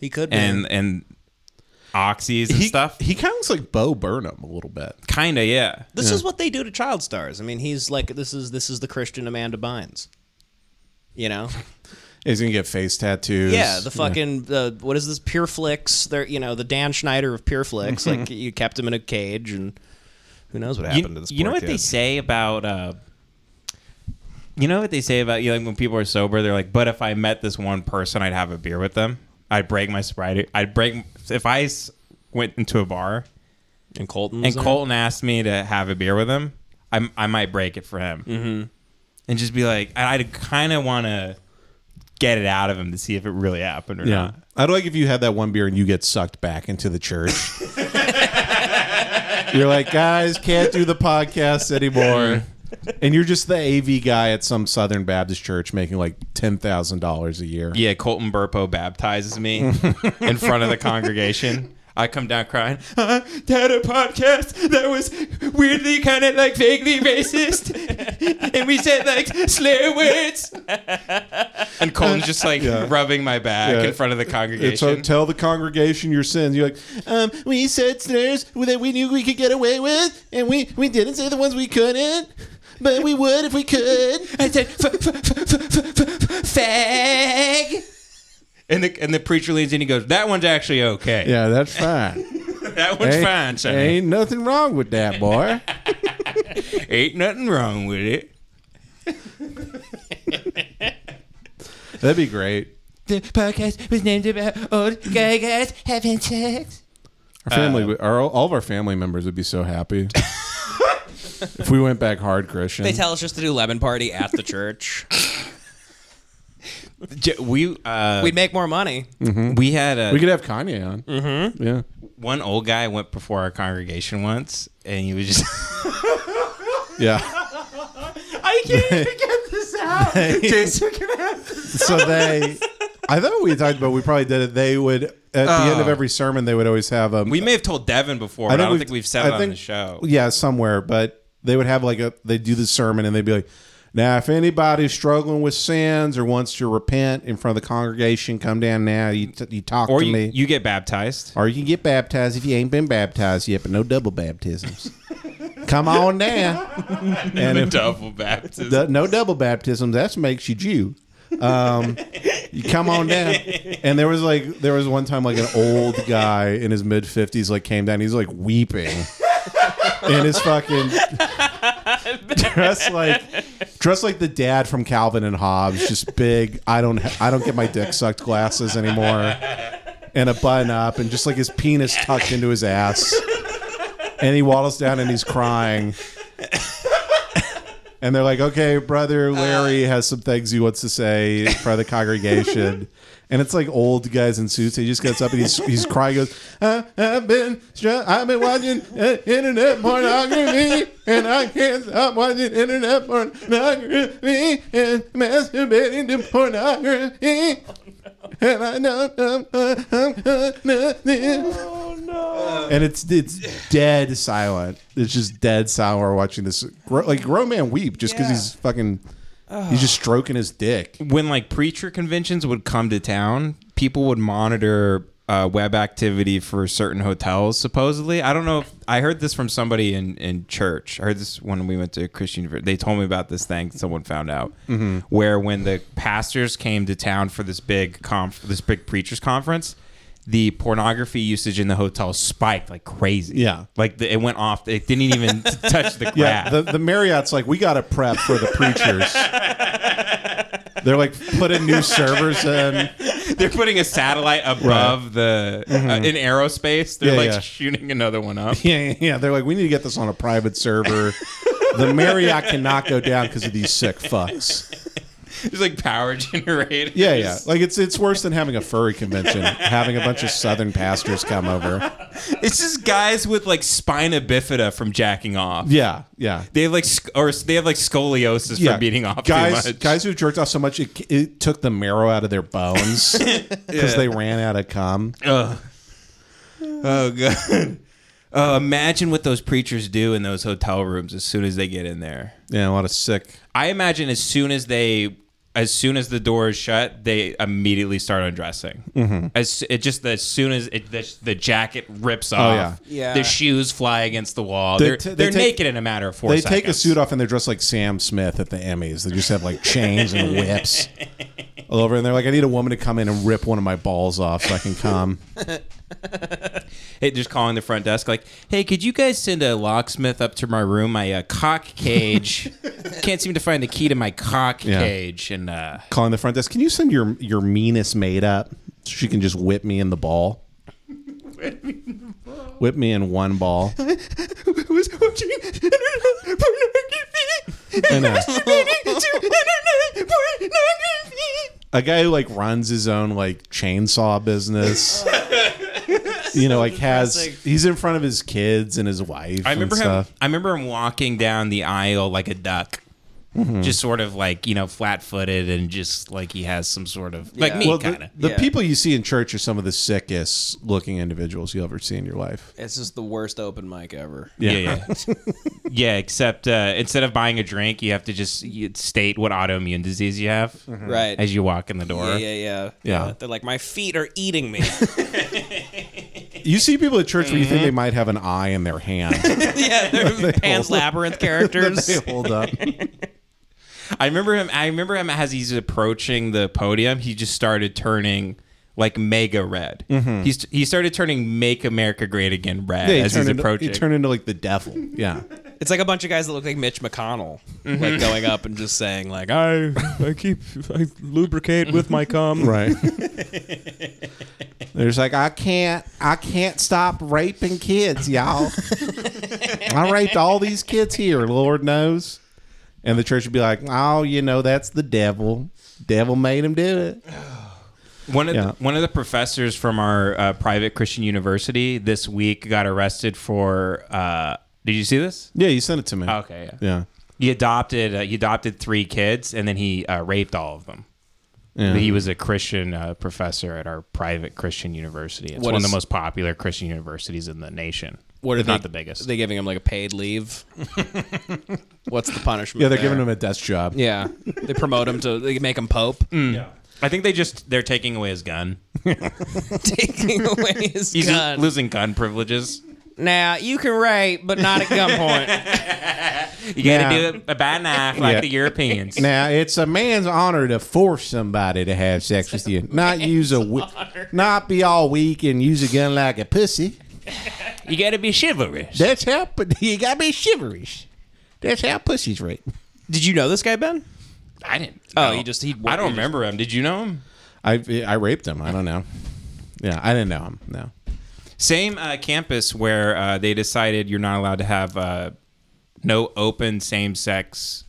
Speaker 3: he could. Be.
Speaker 2: and and oxys and
Speaker 1: he,
Speaker 2: stuff.
Speaker 1: He kind of looks like Bo Burnham a little bit.
Speaker 2: Kinda, yeah.
Speaker 3: this is what they do to child stars. I mean, he's like, this is this is the Christian Amanda Bynes. You know,
Speaker 1: He's gonna get face tattoos.
Speaker 3: yeah, the fucking uh, what is this Pure Flicks? They're you know the Dan Schneider of Pure Flicks. like you kept him in a cage, and who knows what happened
Speaker 2: You,
Speaker 3: to this?
Speaker 2: you know
Speaker 3: poor
Speaker 2: what
Speaker 3: kid.
Speaker 2: they say about uh, you know what they say about you like when people are sober, they're like, but if I met this one person, I'd have a beer with them. I'd break my sobriety. I'd break if I s- went into a bar
Speaker 3: And Colton.
Speaker 2: and Colton asked me to have a beer with him. I, I might break it for him mm-hmm. and just be like, I- I'd kind of want to get it out of him to see if it really happened or
Speaker 1: Yeah.
Speaker 2: not.
Speaker 1: I'd like if you had that one beer and you get sucked back into the church. you're like, guys, can't do the podcast anymore. And you're just the AV guy at some Southern Baptist church making like $10,000 a year.
Speaker 2: Yeah, Colton Burpo baptizes me in front of the congregation. I come down crying. I had a podcast that was weirdly kind of like vaguely racist, and we said like swear words. And Colton's just like rubbing my back
Speaker 1: Yeah.
Speaker 2: in front of the
Speaker 1: And so
Speaker 2: congregation.
Speaker 1: tell the congregation your sins. You're like, um, we said slurs that we knew we could get away with, and we, we didn't say the ones we couldn't. but we would if we could.
Speaker 4: I said, f- f- f- f- f- f- fag.
Speaker 2: And the and the preacher leans in. He goes, "That one's actually okay.
Speaker 1: Yeah, that's fine.
Speaker 2: that one's
Speaker 1: Ain't-
Speaker 2: fine, son.
Speaker 1: Ain't nothing wrong with that, boy.
Speaker 2: Ain't nothing wrong with it."
Speaker 1: That'd be great.
Speaker 4: The podcast was named about old gay guys having sex.
Speaker 1: Our
Speaker 2: Uh,
Speaker 1: family, would- our, all of our family members would be so happy if we went back hard Christian.
Speaker 9: They tell us just to do lemon party at the church.
Speaker 2: J- We uh,
Speaker 9: We'd make more money.
Speaker 1: Mhm.
Speaker 2: We had a
Speaker 1: we could have Kanye on.
Speaker 2: Mhm.
Speaker 1: Yeah.
Speaker 2: one old guy went before our congregation once, and he was just
Speaker 1: Yeah.
Speaker 4: I can't even get this out. Jason, you're gonna have to
Speaker 1: So they, I thought we talked about. We probably did it. They would at the end of
Speaker 2: Oh.
Speaker 1: every sermon, they would always have um.
Speaker 2: We may have told Devin before, but I don't think we've said
Speaker 1: I
Speaker 2: it on
Speaker 1: think-
Speaker 2: the show.
Speaker 1: Yeah, somewhere, but they would have like a they do the sermon and they'd be like, "Now, if anybody's struggling with sins or wants to repent in front of the congregation, come down now. You t- you talk
Speaker 2: Or
Speaker 1: to
Speaker 2: you,
Speaker 1: me,
Speaker 2: you get baptized.
Speaker 1: or you can get baptized if you ain't been baptized yet, but no double baptisms. come on down.
Speaker 2: And
Speaker 1: And
Speaker 2: a
Speaker 1: if-
Speaker 2: double baptism.
Speaker 1: Du- no double baptisms. That makes you Jew. Um, you come on down. And there was like there was one time like an old guy in his mid fifties like came down. He's like weeping in his fucking dressed like dressed like the dad from Calvin and Hobbes, just big. I don't I don't get my dick sucked glasses anymore, and a button up, and just like his penis tucked into his ass, and he waddles down and he's crying. And they're like, okay, brother Larry has some things he wants to say for the congregation. And it's like old guys in suits. He just gets up and he's, he's crying. He goes, I, I've been str- I've been watching uh, internet pornography and I can't stop watching internet pornography and masturbating to pornography. And I know I'm, uh, I'm, uh, nothing. And it's it's dead silent. It's just dead silent. We're watching this gro- like grown man weep just because he's fucking he's just stroking his dick.
Speaker 2: when like preacher conventions would come to town, people would monitor uh, web activity for certain hotels. Supposedly, I don't know. if I heard this from somebody in in church. I heard this when we went to Christian. University. They told me about this thing. Someone found out
Speaker 1: Mm-hmm.
Speaker 5: Mhm.
Speaker 2: where when the pastors came to town for this big conf, this big preachers conference. The pornography usage in the hotel spiked like crazy.
Speaker 1: Yeah.
Speaker 2: like the, it went off. It didn't even touch the graph.
Speaker 1: Yeah, the, the Marriott's like we got to prep for the preachers. They're like putting new servers in.
Speaker 2: They're putting a satellite above the uh,
Speaker 1: Mhm.
Speaker 2: in aerospace. They're
Speaker 1: Yeah,
Speaker 2: like
Speaker 1: yeah.
Speaker 2: shooting another one up.
Speaker 1: Yeah, yeah, yeah. They're like we need to get this on a private server. The Marriott cannot go down because of these sick fucks.
Speaker 2: There's like power generators.
Speaker 1: Yeah, yeah. Like it's it's worse than having a furry convention, having a bunch of Southern pastors come over.
Speaker 2: It's just guys with like spina bifida from jacking off.
Speaker 1: Yeah, yeah.
Speaker 2: They have like sc- or s- they have like scoliosis from beating off
Speaker 1: guys,
Speaker 2: too much.
Speaker 1: Guys who jerked off so much, it, it took the marrow out of their bones because
Speaker 2: Yeah.
Speaker 1: they ran out of cum.
Speaker 2: Ugh. Oh god. Uh, imagine what those preachers do in those hotel rooms as soon as they get in there.
Speaker 1: Yeah, a lot of sick.
Speaker 2: I imagine as soon as they, as soon as the door is shut, they immediately start undressing.
Speaker 1: Mhm.
Speaker 2: As it just as soon as it, the, the jacket rips
Speaker 1: Oh, yeah.
Speaker 2: off,
Speaker 9: Yeah.
Speaker 2: the shoes fly against the wall.
Speaker 1: They
Speaker 2: They are
Speaker 1: t- they
Speaker 2: they're
Speaker 1: take-
Speaker 2: naked in a matter of four
Speaker 1: they
Speaker 2: seconds.
Speaker 1: take a suit off and they're dressed like Sam Smith at the Emmys. They just have like chains and whips all over, and they're like, "I need a woman to come in and rip one of my balls off so I can come."
Speaker 2: Hey, just calling the front desk, like, "Hey, could you guys send a locksmith up to my room? My uh, cock cage can't seem to find the key to my cock
Speaker 1: Yeah.
Speaker 2: cage." And uh,
Speaker 1: Calling the front desk, can you send your your meanest maid up? So she can just whip me in the ball. Whip me in one ball.
Speaker 4: was watching internet pornography.
Speaker 1: I
Speaker 4: And
Speaker 1: know.
Speaker 4: masturbating to internet pornography.
Speaker 1: a guy who like runs his own like chainsaw business. you know, like has he's in front of his kids and his wife.
Speaker 2: I remember
Speaker 1: and
Speaker 2: him.
Speaker 1: stuff.
Speaker 2: I remember him walking down the aisle like a duck.
Speaker 1: Mhm.
Speaker 2: Just sort of like you know, flat-footed, and just like he has some sort of like me
Speaker 1: Well, the-
Speaker 2: kind of.
Speaker 1: The, people you see in church are some of the sickest looking individuals you'll ever see in your life.
Speaker 9: It's just the worst open mic ever.
Speaker 2: Yeah, yeah, yeah. except uh, instead of buying a drink, you have to just you state what autoimmune disease you have,
Speaker 1: Mm-hmm.
Speaker 9: Right.
Speaker 2: As you walk in the door.
Speaker 3: Uh,
Speaker 9: Yeah, yeah, yeah.
Speaker 2: Yeah.
Speaker 9: They're like, my feet are eating me.
Speaker 1: You see people at church where you think they might have an eye in their hand.
Speaker 9: yeah, they're Pan's Labyrinth characters.
Speaker 1: they hold up.
Speaker 2: I remember him. I remember him as he's approaching the podium. He just started turning like mega red.
Speaker 1: Mhm.
Speaker 2: He's he started turning "Make America Great Again" red
Speaker 1: Yeah, he
Speaker 2: as
Speaker 1: turned
Speaker 2: he's
Speaker 1: into-
Speaker 2: approaching.
Speaker 1: he turned into like the devil. Yeah.
Speaker 3: It's like a bunch of guys that look like Mitch McConnell,
Speaker 2: Mhm.
Speaker 3: like going up and just saying like, "I, I keep, I lubricate with my cum."
Speaker 1: Right. There's like I can't I can't stop raping kids, y'all. I raped all these kids here, Lord knows. And the church would be like, "Oh, you know, that's the devil. Devil made him do it."
Speaker 2: One of
Speaker 1: Yeah.
Speaker 2: the, one of the professors from our uh, private Christian university this week got arrested for. Uh, did you see this?
Speaker 1: Yeah, you sent it to me.
Speaker 3: Oh,
Speaker 2: Oh, Okay. Yeah.
Speaker 1: Yeah.
Speaker 2: He adopted uh, he adopted three kids and then he uh, raped all of them.
Speaker 1: Yeah.
Speaker 2: He was a Christian uh, professor at our private Christian university. It's
Speaker 3: What
Speaker 2: one of
Speaker 3: is-
Speaker 2: the most popular Christian universities in the nation.
Speaker 3: What are
Speaker 2: If not
Speaker 3: they-
Speaker 2: the
Speaker 3: Are
Speaker 2: biggest?
Speaker 3: they giving him like a paid leave? What's the punishment?
Speaker 1: Yeah, they're
Speaker 3: there?
Speaker 1: giving him a desk job.
Speaker 3: Yeah, they promote him to they make him pope.
Speaker 2: Yeah. I think they just they're taking away his gun.
Speaker 3: Taking away his
Speaker 2: He's
Speaker 3: gun.
Speaker 2: losing gun privileges.
Speaker 9: Now you can rape, but not at gunpoint.
Speaker 2: You got
Speaker 1: Now-
Speaker 2: to do it by knife like
Speaker 1: Yeah.
Speaker 2: the Europeans.
Speaker 1: Now, it's a man's honor to force somebody to have sex with you. Not use a wi- not be all weak and use a gun like a pussy.
Speaker 2: You got to be chivalrous.
Speaker 1: That's how you got to be chivalrous. That's how pussies rape.
Speaker 3: Did you know this guy, Ben?
Speaker 2: I didn't.
Speaker 3: Oh,
Speaker 2: know.
Speaker 3: he just he.
Speaker 2: I don't remember him. Did you know him?
Speaker 1: I I raped him. I don't know. Yeah, I didn't know him. No.
Speaker 2: Same uh, campus where uh, they decided you're not allowed to have uh, no open same sex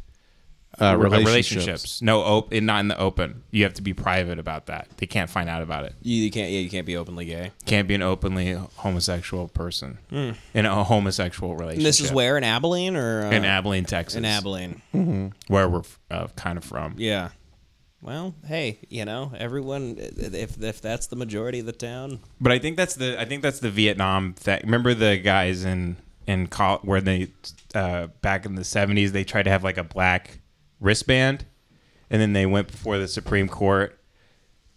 Speaker 1: Uh, relationships.
Speaker 2: No open, not in the open. You have to be private about that. They can't find out about it.
Speaker 3: You, you can't. Yeah, you can't be openly gay.
Speaker 2: Can't be an openly homosexual person in a homosexual
Speaker 3: And
Speaker 2: relationship.
Speaker 3: this is where in Abilene or uh,
Speaker 2: in Abilene, Texas,
Speaker 3: in Abilene.
Speaker 2: where we're uh, kind of from.
Speaker 3: Yeah. Well, hey, you know, everyone. If if that's the majority of the town,
Speaker 2: But I think that's the I think that's the Vietnam thing. Remember the guys in in col- where they uh, back in the seventies they tried to have like a black wristband, and then they went before the Supreme Court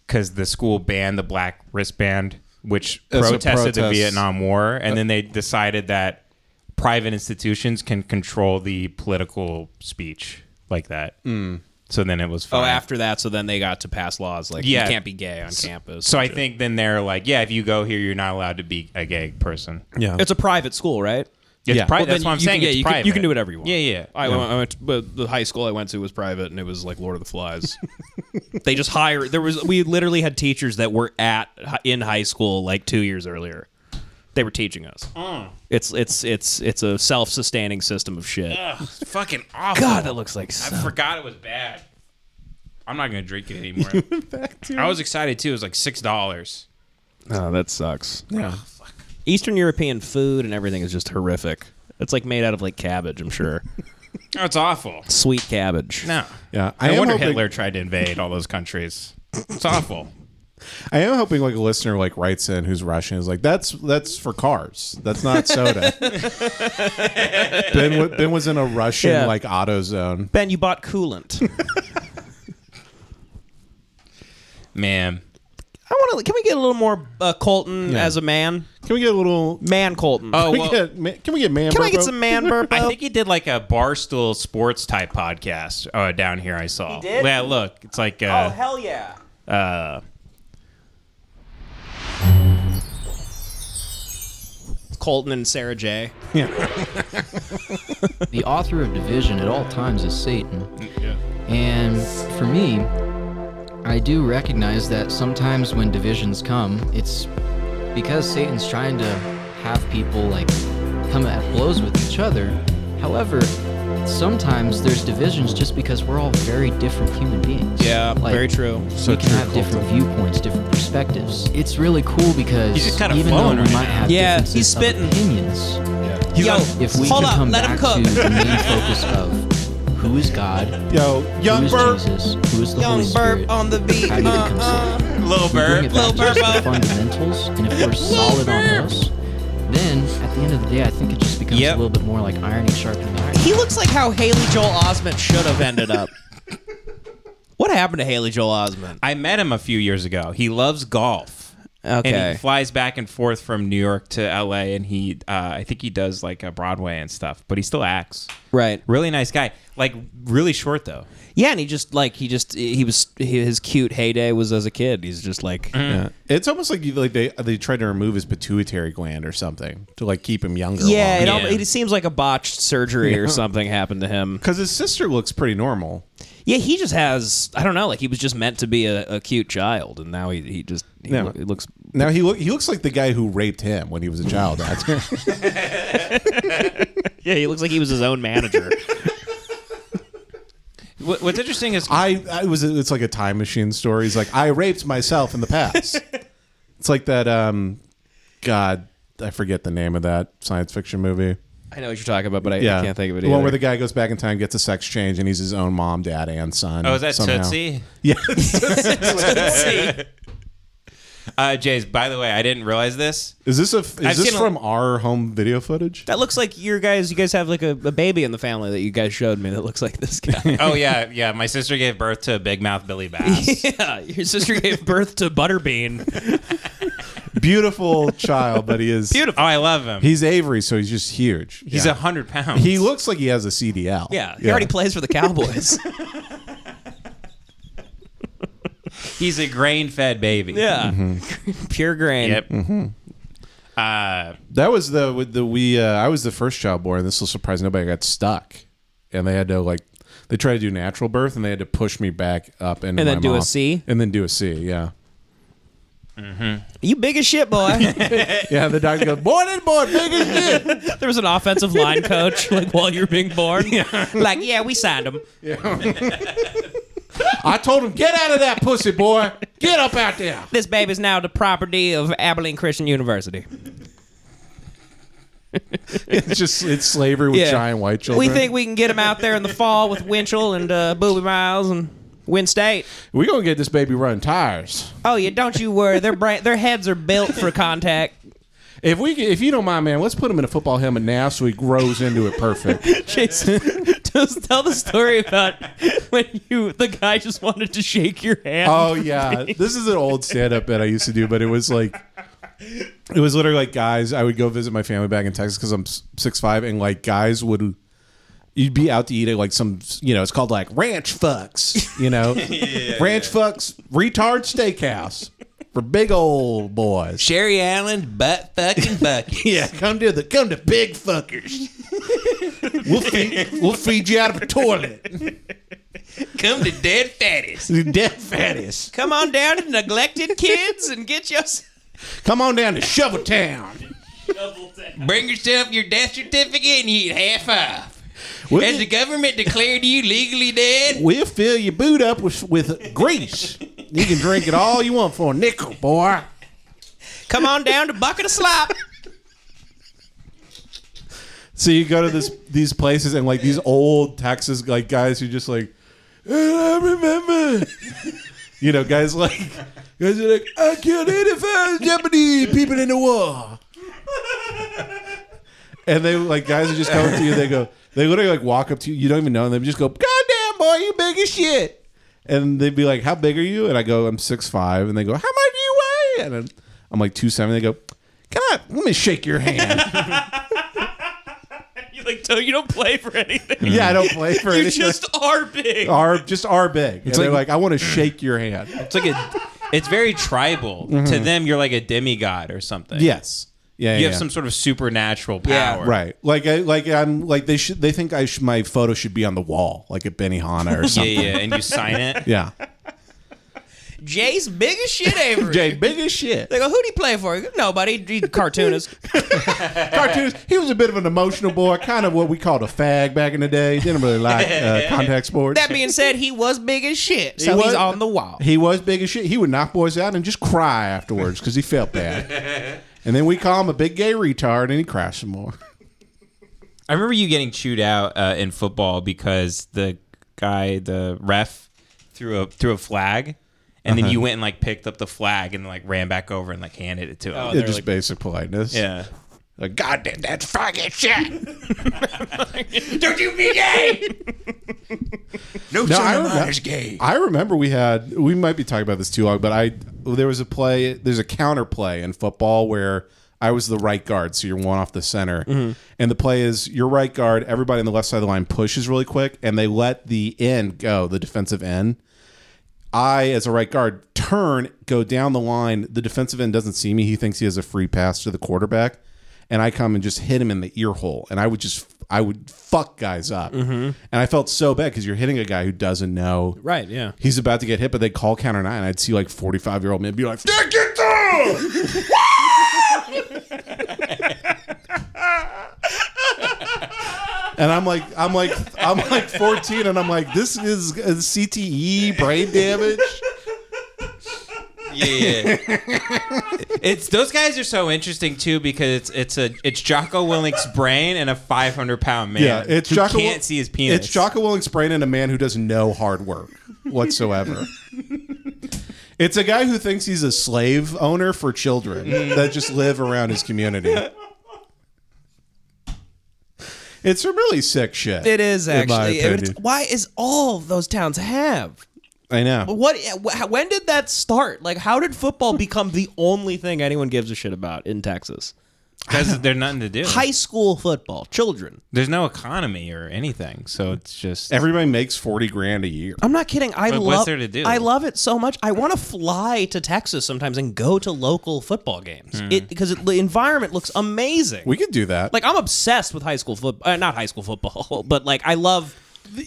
Speaker 2: because the school banned the black wristband, which
Speaker 1: As a
Speaker 2: protested the
Speaker 1: protest.
Speaker 2: Vietnam War, and then they decided that private institutions can control the political speech like that. Mm. So then it was
Speaker 3: oh,
Speaker 2: fine.
Speaker 3: after that, so then they got to pass laws like
Speaker 2: Yeah.
Speaker 3: you can't be gay on campus.
Speaker 2: so I think then they're like, yeah, if you go here, you're not allowed to be a gay person.
Speaker 1: Yeah.
Speaker 3: it's a private school, right?
Speaker 2: It's
Speaker 1: Yeah.
Speaker 2: pri-
Speaker 3: Well,
Speaker 2: that's
Speaker 3: then
Speaker 2: what I'm
Speaker 3: you
Speaker 2: saying.
Speaker 3: Can, yeah,
Speaker 2: it's
Speaker 3: you
Speaker 2: private.
Speaker 3: Can, you can do whatever you want.
Speaker 2: Yeah, yeah.
Speaker 3: I, went- I went, to, but the high school I went to was private, and it was like Lord of the Flies. they just hired. There was we literally had teachers that were at in high school like two years earlier. They were teaching us.
Speaker 2: Mm.
Speaker 3: It's it's it's it's a self sustaining system of shit.
Speaker 2: Ugh, it's fucking awful.
Speaker 3: God, that looks like
Speaker 2: I
Speaker 3: so-
Speaker 2: forgot it was bad. I'm not gonna drink it anymore. I was excited too. It was like six dollars.
Speaker 3: oh, that sucks.
Speaker 1: Yeah.
Speaker 3: Eastern European food and everything is just horrific. It's like made out of like cabbage, I'm sure.
Speaker 2: No, it's awful.
Speaker 3: Sweet cabbage.
Speaker 2: No.
Speaker 1: Yeah. I
Speaker 2: I,
Speaker 1: am
Speaker 2: wonder
Speaker 1: hoping-
Speaker 2: Hitler tried to invade all those countries. It's awful.
Speaker 1: I am hoping like a listener like writes in who's Russian is like that's that's for cars. That's not soda. ben wa- Ben was in a Russian
Speaker 3: Yeah.
Speaker 1: like auto zone.
Speaker 3: Ben, you bought coolant.
Speaker 2: Man.
Speaker 3: I want to. Can we get a little more uh, Colton as a man?
Speaker 1: Can we get a little?
Speaker 3: Man, Colton.
Speaker 2: Oh
Speaker 1: Can we
Speaker 2: well.
Speaker 1: get ma- can we get man?
Speaker 3: can I get
Speaker 1: burpo?
Speaker 3: some man burp?
Speaker 2: I think he did like a barstool sports type podcast uh, down here. I saw.
Speaker 3: did? Oh,
Speaker 2: Yeah, look, it's like
Speaker 9: Oh,
Speaker 2: uh,
Speaker 3: hell yeah!
Speaker 2: uh,
Speaker 3: Colton and Sarah J.
Speaker 13: the author of division at all times is Satan.
Speaker 2: Mm,
Speaker 13: And for me, I do recognize that sometimes when divisions come, it's because Satan's trying to have people like come at blows with each other. However, sometimes there's divisions just because we're all very different human beings.
Speaker 3: Yeah,
Speaker 13: Like,
Speaker 3: very true.
Speaker 13: we can have different viewpoints, different perspectives. It's really cool because
Speaker 2: He's just kinda
Speaker 13: even though we
Speaker 2: flowing right
Speaker 13: might
Speaker 2: now.
Speaker 13: have
Speaker 3: Yeah,
Speaker 13: differences
Speaker 3: he's
Speaker 13: of
Speaker 3: spitting.
Speaker 13: opinions,
Speaker 3: Yo,
Speaker 13: if we
Speaker 3: hold
Speaker 13: can
Speaker 3: up,
Speaker 13: come
Speaker 3: let him
Speaker 13: back
Speaker 3: cook.
Speaker 13: to the main focus of who is God,
Speaker 1: Yo,
Speaker 13: who
Speaker 1: young
Speaker 13: is
Speaker 1: burp.
Speaker 13: Jesus, who is the
Speaker 9: Young
Speaker 13: Holy
Speaker 9: burp
Speaker 13: Spirit.
Speaker 9: on the beat.
Speaker 13: How do you become
Speaker 9: Uh,
Speaker 13: saved?
Speaker 2: little
Speaker 13: If we bring it
Speaker 2: bird.
Speaker 13: back
Speaker 9: Lil
Speaker 13: just to
Speaker 9: Burpo.
Speaker 13: the fundamentals, and if we're solid on those, then at the end of the day, I think it just becomes
Speaker 2: Yep.
Speaker 13: a little bit more like irony sharpening iron.
Speaker 3: He looks like how Haley Joel Osment should have ended up. what happened to Haley Joel Osment?
Speaker 2: I met him a few years ago. He loves golf. And
Speaker 3: Okay.
Speaker 2: he flies back and forth from New York to LA, and he, uh, I think he does like a Broadway and stuff, but he still acts.
Speaker 9: Right.
Speaker 2: Really nice guy. Like really short though.
Speaker 9: Yeah, and he just like he just he was he, his cute heyday was as a kid. He's just like
Speaker 3: Mm-hmm.
Speaker 9: yeah.
Speaker 1: It's almost like you, like they they tried to remove his pituitary gland or something to like keep him younger.
Speaker 9: Yeah, it, al-
Speaker 1: longer.
Speaker 9: it seems like a botched surgery or
Speaker 1: Yeah.
Speaker 9: something happened to him.
Speaker 1: Because his sister looks pretty normal.
Speaker 9: Yeah, he just has I don't know, like he was just meant to be a, a cute child, and now he, he just he
Speaker 1: Yeah.
Speaker 9: loo- he looks
Speaker 1: Now he look he looks like the guy who raped him when he was a child actor.
Speaker 9: yeah he looks like he was his own manager.
Speaker 2: What, what's interesting is
Speaker 1: I, I was it's like a time machine story. He's like I raped myself in the past. it's like that. Um, God, I forget the name of that science fiction movie.
Speaker 9: I know what you're talking about, but I, I
Speaker 1: yeah,
Speaker 9: can't think of it.
Speaker 1: The one
Speaker 9: either.
Speaker 1: where the guy goes back in time, gets a sex change, and he's his own mom, dad, and son.
Speaker 2: Oh, is that
Speaker 1: somehow.
Speaker 2: Tootsie?
Speaker 1: Yeah.
Speaker 2: uh, Jays, by the way, I didn't realize this.
Speaker 1: Is this a is
Speaker 2: I've
Speaker 1: this
Speaker 2: seen a-
Speaker 1: from our home video footage?
Speaker 9: that looks like your guys. You guys have like a, a baby in the family that you guys showed me that looks like this guy.
Speaker 2: Oh yeah, yeah. My sister gave birth to Big Mouth Billy Bass.
Speaker 9: yeah, your sister gave birth to Butterbean.
Speaker 1: Beautiful child, but he is
Speaker 2: Beautiful. Oh, I love him.
Speaker 1: He's Avery, so he's just huge.
Speaker 2: He's
Speaker 1: Yeah.
Speaker 2: a hundred pounds.
Speaker 1: He looks like he has a CDL.
Speaker 9: Yeah, he already plays for the Cowboys.
Speaker 2: He's a grain-fed baby.
Speaker 9: yeah,
Speaker 1: Mm-hmm.
Speaker 9: pure grain.
Speaker 2: Yep. Uh,
Speaker 1: That was the with the we. Uh, I was the first child born. This will surprise nobody. I got stuck, and they had to like they tried to do natural birth, and they had to push me back up into
Speaker 9: And then
Speaker 1: my
Speaker 9: do a
Speaker 1: mom.
Speaker 9: C?
Speaker 1: and then do a C. Yeah,
Speaker 9: You big as shit, boy.
Speaker 1: yeah. The doctor goes born and born big as shit.
Speaker 9: there was an offensive line coach like while you're being born. Like, yeah, we signed him.
Speaker 1: I told him get out of that pussy boy. Get up out there.
Speaker 9: This baby's now the property of Abilene Christian University.
Speaker 1: It's just it's slavery with
Speaker 9: Yeah.
Speaker 1: giant white children.
Speaker 9: We think we can get him out there in the fall with Winchell and uh, Booby Miles and Win State.
Speaker 1: we gonna get this baby running tires.
Speaker 9: Oh yeah, don't you worry. Their brain, their heads are built for contact.
Speaker 1: If we if you don't mind, man, let's put him in a football helmet now so he grows into it perfect.
Speaker 9: Jason, just tell the story about when you the guy just wanted to shake your hand.
Speaker 1: Oh yeah, this is an old stand-up bit I used to do, but it was like, it was literally like guys. I would go visit my family back in Texas because I'm six five, and like guys would, you'd be out to eat at like some, you know, it's called like ranch fucks, you know, ranch fucks retard steakhouse for big old boys.
Speaker 2: Sherry Allen butt fucking bucket.
Speaker 1: Yeah, come to the come to big fuckers. we'll feed we'll feed you out of a toilet,
Speaker 2: Come to dead fatties.
Speaker 1: you dead fatties.
Speaker 9: Come on down to neglected kids and get yourself.
Speaker 1: Come on down to Shovel Town.
Speaker 2: Bring yourself your death certificate and you eat half off.
Speaker 1: We'll
Speaker 2: Has
Speaker 1: get-
Speaker 2: the government declared you legally dead?
Speaker 1: We'll fill your boot up with with grease. You can drink it all you want for a nickel, boy.
Speaker 9: Come on down to bucket of slop.
Speaker 1: So you go to this these places and like these old Texas like guys who just like "And I remember, you know, guys like guys are like I killed eighty five Japanese people in the war, and they like guys are just coming to you. They go, they literally like walk up to you. You don't even know them. They just go, goddamn boy, you big as shit. And they'd be like, how big are you? And I go, I'm six five. And they go, how much do you weigh? And I'm, I'm like two seven. They go, can I? Let me shake your hand.
Speaker 9: You like, so you don't play for anything.
Speaker 1: yeah, I don't play for
Speaker 9: You
Speaker 1: anything.
Speaker 9: just are big.
Speaker 1: are just are big. and they're
Speaker 2: like-
Speaker 1: like, I want to shake your hand.
Speaker 2: Oh, It's like a, it's very tribal. To them, you're like a demigod or something.
Speaker 1: Mm-hmm. Yes. Yeah.
Speaker 2: You
Speaker 1: yeah,
Speaker 2: have
Speaker 1: yeah.
Speaker 2: some sort of supernatural power.
Speaker 1: right. Like I like I'm like they should they think I should my photo should be on the wall like at Benihana or
Speaker 2: Yeah,
Speaker 1: something.
Speaker 2: yeah. And you sign it.
Speaker 1: yeah.
Speaker 9: Jay's big as shit, Avery.
Speaker 1: Jay, big as shit.
Speaker 9: They go, who'd he play for? Nobody. He's a cartoonist.
Speaker 1: Cartoons. He was a bit of an emotional boy, kind of what we called a fag back in the day. Didn't really like uh, contact sports.
Speaker 9: that being said, he was big as shit. So
Speaker 1: He
Speaker 9: he's
Speaker 1: was-
Speaker 9: on the wall.
Speaker 1: he was big as shit. He would knock boys out and just cry afterwards because he felt bad. And then we call him a big gay retard, and he cries some more.
Speaker 2: I remember you getting chewed out uh, in football because the guy, the ref, threw a threw a flag, and
Speaker 1: Uh-huh.
Speaker 2: then you went and like picked up the flag and like ran back over and like handed it to him.
Speaker 1: Yeah, just basic politeness.
Speaker 2: Oh, yeah.
Speaker 1: Like, God damn, that's fucking shit.
Speaker 2: Don't you be gay?
Speaker 1: No, I remember, I remember we had we might be talking about this too long, but I there was a play. There's a counter play in football where I was the right guard, so you're one off the center.
Speaker 14: Mm-hmm.
Speaker 9: Mhm.
Speaker 1: And the play is your right guard. Everybody on the left side of the line pushes really quick, and they let the end go, the defensive end. I, as a right guard, turn, go down the line. The defensive end doesn't see me. He thinks he has a free pass to the quarterback. And I come and just hit him in the ear hole. And I would just, I would fuck guys up.
Speaker 14: Mm-hmm.
Speaker 1: And I felt so bad because you're hitting a guy who doesn't know.
Speaker 14: Right, yeah.
Speaker 1: He's about to get hit, but they call counter nine. I'd see like 45 year old men be like, "Fuck it!" and I'm like, I'm like, I'm like 14, and I'm like, this is uh, CTE, brain damage.
Speaker 2: Yeah. it's those guys are so interesting too because it's it's a it's Jocko Willink's brain and a 500 pound man.
Speaker 1: yeah, it's
Speaker 2: who
Speaker 1: Jocko.
Speaker 2: can't see his penis.
Speaker 1: It's Jocko Willing's brain and a man who does no hard work whatsoever. it's a guy who thinks he's a slave owner for children
Speaker 9: Mm.
Speaker 1: that just live around his community. It's some really sick shit.
Speaker 3: It is
Speaker 1: in
Speaker 3: actually.
Speaker 1: my
Speaker 3: I mean, it's-
Speaker 1: opinion.
Speaker 3: why is all those towns have?
Speaker 1: I know.
Speaker 3: What? wh- When did that start? Like, how did football become the only thing anyone gives a shit about in Texas?
Speaker 2: Because there's nothing to do.
Speaker 3: High school football, children.
Speaker 2: There's no economy or anything, so it's just
Speaker 1: everybody makes forty grand a year.
Speaker 3: I'm not kidding. I
Speaker 2: But
Speaker 3: love.
Speaker 2: what's there to do?
Speaker 3: I love it so much. I want to fly to Texas sometimes and go to local football games.
Speaker 2: Mm.
Speaker 3: It because it, the environment looks amazing.
Speaker 1: We could do that.
Speaker 3: Like I'm obsessed with high school football. Uh, not high school football, but like I love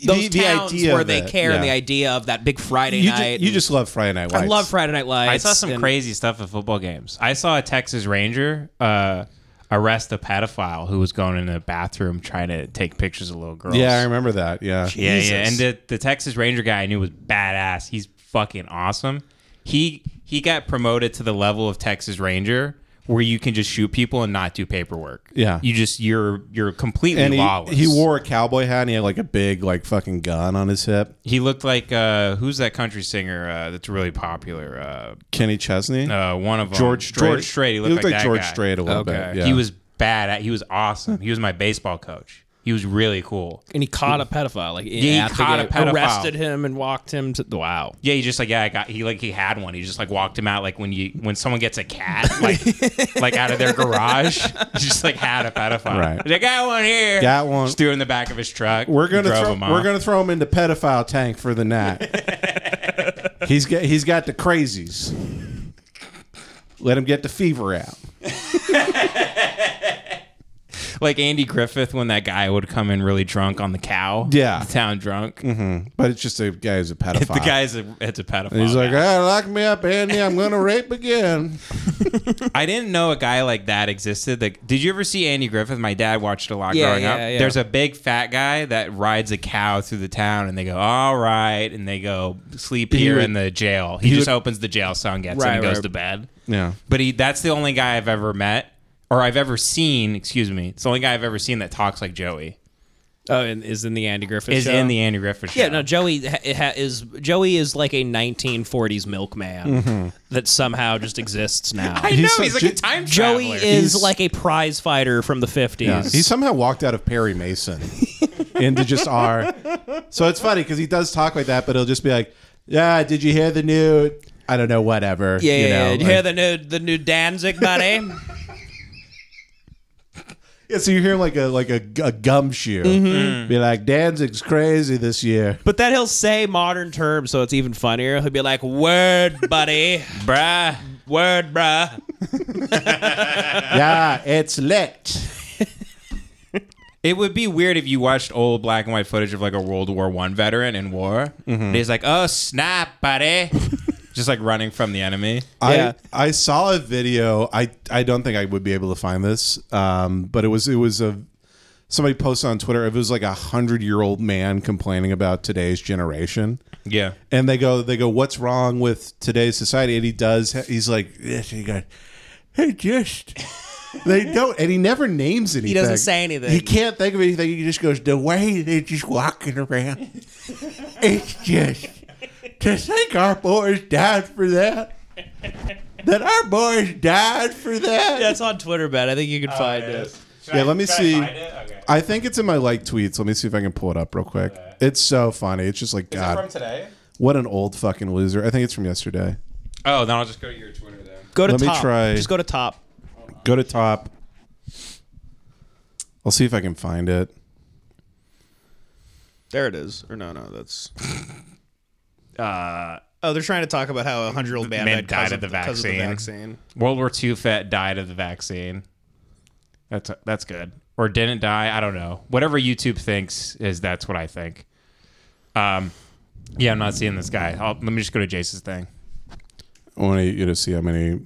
Speaker 3: those
Speaker 1: the
Speaker 3: towns
Speaker 1: idea
Speaker 3: where
Speaker 1: of
Speaker 3: they
Speaker 1: it,
Speaker 3: care and
Speaker 1: yeah.
Speaker 3: the idea of that big Friday
Speaker 1: you, ju-
Speaker 3: night.
Speaker 1: you
Speaker 3: and-
Speaker 1: just love Friday Night
Speaker 3: I
Speaker 1: Lights.
Speaker 3: love Friday Night Lights.
Speaker 2: I saw some
Speaker 3: and-
Speaker 2: crazy stuff at football games. I saw a Texas Ranger uh, arrest a pedophile who was going in the bathroom trying to take pictures of little girls.
Speaker 1: Yeah, I remember that. Yeah,
Speaker 2: Yeah, yeah. And the, the Texas Ranger guy I knew was badass. He's fucking awesome. He he got promoted to the level of Texas Ranger where you can just shoot people and not do paperwork.
Speaker 1: Yeah.
Speaker 2: You just you're you're completely
Speaker 1: and
Speaker 2: lawless.
Speaker 1: he, he wore a cowboy hat and he had like a big like fucking gun on his hip.
Speaker 2: He looked like uh, who's that country singer uh, that's really popular? Uh,
Speaker 1: Kenny Chesney,
Speaker 2: uh, one of them.
Speaker 1: George Strait.
Speaker 2: George Strait. He looked, like, that
Speaker 1: George
Speaker 2: guy.
Speaker 1: Strait a little
Speaker 2: Okay.
Speaker 1: bit. Yeah.
Speaker 2: He was bad at. He was awesome. He was my baseball coach. He was really cool.
Speaker 3: And he caught a pedophile. Like
Speaker 2: yeah,
Speaker 3: at
Speaker 2: he
Speaker 3: the
Speaker 2: caught a
Speaker 3: game,
Speaker 2: pedophile.
Speaker 3: Arrested him and walked him to. Wow.
Speaker 2: Yeah, he just like yeah, I got he like he had one. He just like walked him out like when you when someone gets a cat like like out of their garage, he just like had a pedophile.
Speaker 1: Right.
Speaker 2: They got one here.
Speaker 1: Got one.
Speaker 2: Just threw it in the back of his truck.
Speaker 1: We're gonna
Speaker 2: drove
Speaker 1: throw,
Speaker 2: him
Speaker 1: we're
Speaker 2: off.
Speaker 1: gonna throw him into pedophile tank for the night. he's got he's got the crazies. Let him get the fever out.
Speaker 2: like Andy Griffith when that guy would come in really drunk on the cow.
Speaker 1: Yeah.
Speaker 2: the town drunk.
Speaker 1: Mm-hmm. But it's just a guy who's a
Speaker 2: If
Speaker 1: pedophile.
Speaker 2: the guy's a it's a pedophile.
Speaker 1: And he's like,
Speaker 2: guy.
Speaker 1: ah, lock me up, Andy. I'm gonna rape again.
Speaker 2: I didn't know a guy like that existed. Like, did you ever see Andy Griffith? My dad watched a lot
Speaker 3: Yeah,
Speaker 2: growing
Speaker 3: yeah,
Speaker 2: up.
Speaker 3: yeah.
Speaker 2: There's a big fat guy that rides a cow through the town, and they go, "All right," and they go sleep
Speaker 1: He
Speaker 2: here
Speaker 1: would-
Speaker 2: in the jail. He,
Speaker 1: he
Speaker 2: just
Speaker 1: would-
Speaker 2: opens the jail cell and gets it
Speaker 1: Right,
Speaker 2: and goes
Speaker 1: right.
Speaker 2: to bed.
Speaker 1: Yeah.
Speaker 2: But he that's the only guy I've ever met, or I've ever seen. Excuse me, it's the only guy I've ever seen that talks like Joey.
Speaker 3: Oh, and is in the Andy Griffith.
Speaker 2: Is
Speaker 3: show?
Speaker 2: in the Andy Griffith show.
Speaker 3: Yeah, no. Joey ha- ha- is Joey is like a 1940s milkman
Speaker 2: Mhm.
Speaker 3: that somehow just exists now.
Speaker 2: I know, He's so- he's like a time
Speaker 3: Joey
Speaker 2: traveler.
Speaker 3: is
Speaker 2: He's-
Speaker 3: like a prize fighter from the 50s.
Speaker 1: Yeah. He somehow walked out of Perry Mason into just R. So it's funny because he does talk like that, but he'll just be like, "Yeah, did you hear the new? I don't know, whatever.
Speaker 3: yeah,
Speaker 1: you
Speaker 3: yeah,
Speaker 1: know,
Speaker 3: yeah. Did you
Speaker 1: like-
Speaker 3: hear the new the new Danzig buddy?
Speaker 1: Yeah, so you hear like a like a, a gumshoe
Speaker 3: Mhm.
Speaker 1: be like Danzig's crazy this year.
Speaker 3: but then he'll say modern terms, so it's even funnier. He'll be like, "Word, buddy,
Speaker 2: bruh,
Speaker 3: word, bruh."
Speaker 1: yeah, it's lit.
Speaker 2: It would be weird if you watched old black and white footage of like a World War One veteran in war. And he's like, "Oh snap, buddy," just like running from the enemy.
Speaker 1: I I saw a video. I I don't think I would be able to find this, um, but it was it was a somebody posted on Twitter. It was like a hundred year old man complaining about today's generation.
Speaker 2: Yeah.
Speaker 1: and they go they go, what's wrong with today's society? And he does. He's like, yes, he got, hey, just. They don't, and he never names anything.
Speaker 3: He doesn't say anything.
Speaker 1: He can't think of anything. He just goes the way they're just walking around. it's just to think our boys died for that. That our boys died for that.
Speaker 3: That's on Twitter, Ben. I think you
Speaker 2: Oh,
Speaker 3: can find it.
Speaker 1: yeah, let me see. I, think it's in my like tweets. Let me see if I can pull it up real quick. It's so funny. It's just like God.
Speaker 2: from today?
Speaker 1: What an old fucking loser. I think it's from yesterday.
Speaker 2: Oh, then I'll just go to your Twitter then.
Speaker 3: Go to
Speaker 1: Let me
Speaker 3: top.
Speaker 1: try-
Speaker 3: Just go to top.
Speaker 1: Go to top. I'll see if I can find it.
Speaker 3: There it is. Or no, no, that's. uh oh, they're trying to talk about how a hundred-year-old man,
Speaker 2: Man
Speaker 3: died,
Speaker 2: died
Speaker 3: because
Speaker 2: of the
Speaker 3: because
Speaker 2: vaccine.
Speaker 3: vaccine.
Speaker 2: World War II vet died of the vaccine. That's that's good. Or didn't die. I don't know. Whatever YouTube thinks is that's what I think. Um, yeah, I'm not seeing this guy. I'll, let me just go to Jace's thing.
Speaker 1: I want you to see how many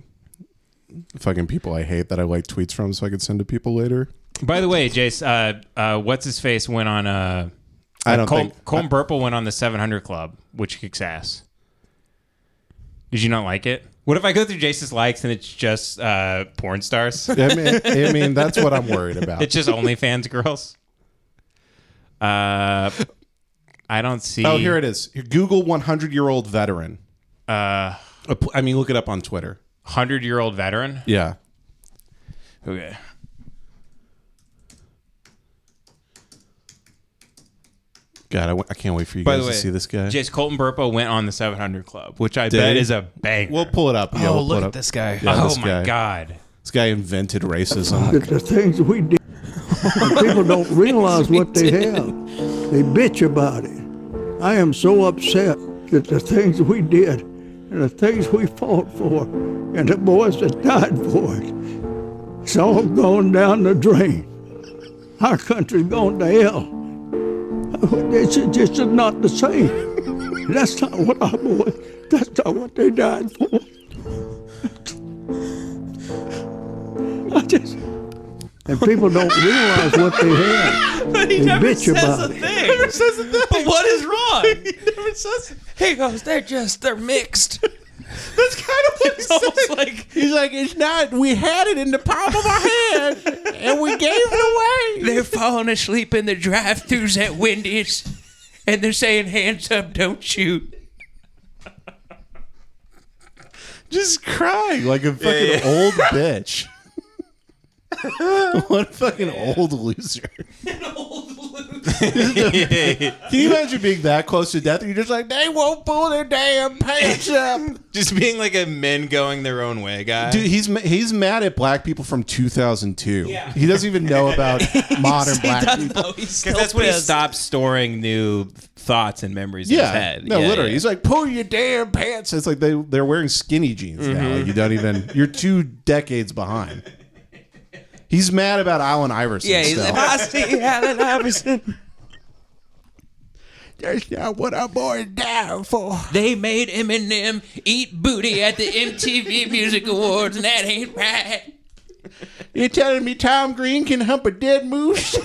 Speaker 1: fucking people I hate that I like tweets from, so I could send to people later.
Speaker 2: By the way, Jace, uh, uh, what's his face went on uh,
Speaker 1: I don't
Speaker 2: Col-
Speaker 1: think-
Speaker 2: Colin Burple went on the 700 Club, which kicks ass. Did you not like it? What if I go through Jace's likes and it's just uh, porn stars?
Speaker 1: I mean- I mean, that's what I'm worried about.
Speaker 2: It's just OnlyFans girls. Uh, I don't see.
Speaker 1: Oh, here it is. Here, Google 100 year old veteran.
Speaker 2: Uh,
Speaker 1: I mean, look it up on Twitter.
Speaker 2: Hundred year old veteran.
Speaker 1: Yeah.
Speaker 2: Okay.
Speaker 1: God, I, w- I can't wait for you
Speaker 2: By
Speaker 1: guys
Speaker 2: the way,
Speaker 1: to see this guy.
Speaker 2: Jace Colton Burpo went on the 700 Club, which I
Speaker 1: Did
Speaker 2: bet
Speaker 1: he?
Speaker 2: is a bang.
Speaker 1: We'll pull it up. Yeah,
Speaker 2: Oh,
Speaker 1: we'll pull
Speaker 2: look
Speaker 1: it
Speaker 2: at
Speaker 1: up.
Speaker 2: this guy.
Speaker 1: Yeah,
Speaker 2: Oh
Speaker 1: this
Speaker 2: my God.
Speaker 1: This guy invented
Speaker 15: Look
Speaker 1: racism.
Speaker 15: at the things we did. And people don't realize what they have. They bitch about it. I am so upset that the things we did and the things we fought for and the boys that died for it, it's all gone down the drain. Our country's gone to hell. It's just not the same. That's not what our boys, that's not what they died for. I just, and people don't realize what they have.
Speaker 4: But he
Speaker 15: they
Speaker 4: never
Speaker 15: bitch
Speaker 4: says
Speaker 15: about
Speaker 4: a
Speaker 15: it.
Speaker 4: thing. never says a thing. But what is wrong? he never says. He goes, they're just they're mixed. That's kind of what he said. Like
Speaker 6: He's like, it's not. We had it in the palm of our hand, and we gave it away.
Speaker 16: They're falling asleep in the drive-throughs at Wendy's, and they're saying, "Hands up, don't shoot."
Speaker 1: Just crying like a fucking
Speaker 16: Yeah, yeah.
Speaker 1: old bitch. what a fucking old loser. Can you imagine being that close to death? And you're just like, they won't pull their damn pants up.
Speaker 2: Just being like a men going their own way guy.
Speaker 1: Dude, he's ma- he's mad at black people from 2002. He doesn't even know about modern black people.
Speaker 2: Because that's when he stops storing new thoughts and memories in his
Speaker 1: Yeah,
Speaker 2: head.
Speaker 1: no,
Speaker 2: Yeah,
Speaker 1: literally,
Speaker 2: yeah.
Speaker 1: he's like, pull your damn pants. It's like they they're wearing skinny jeans now.
Speaker 2: Mhm.
Speaker 1: Like, you don't even. You're two decades behind. He's mad about Allen Iverson.
Speaker 16: Yeah, he's
Speaker 1: still.
Speaker 16: like, I see Allen Iverson.
Speaker 1: That's not what I'm born down for.
Speaker 16: They made Eminem eat booty at the MTV Music Awards, and that ain't right.
Speaker 1: You're telling me Tom Green can hump a dead moose?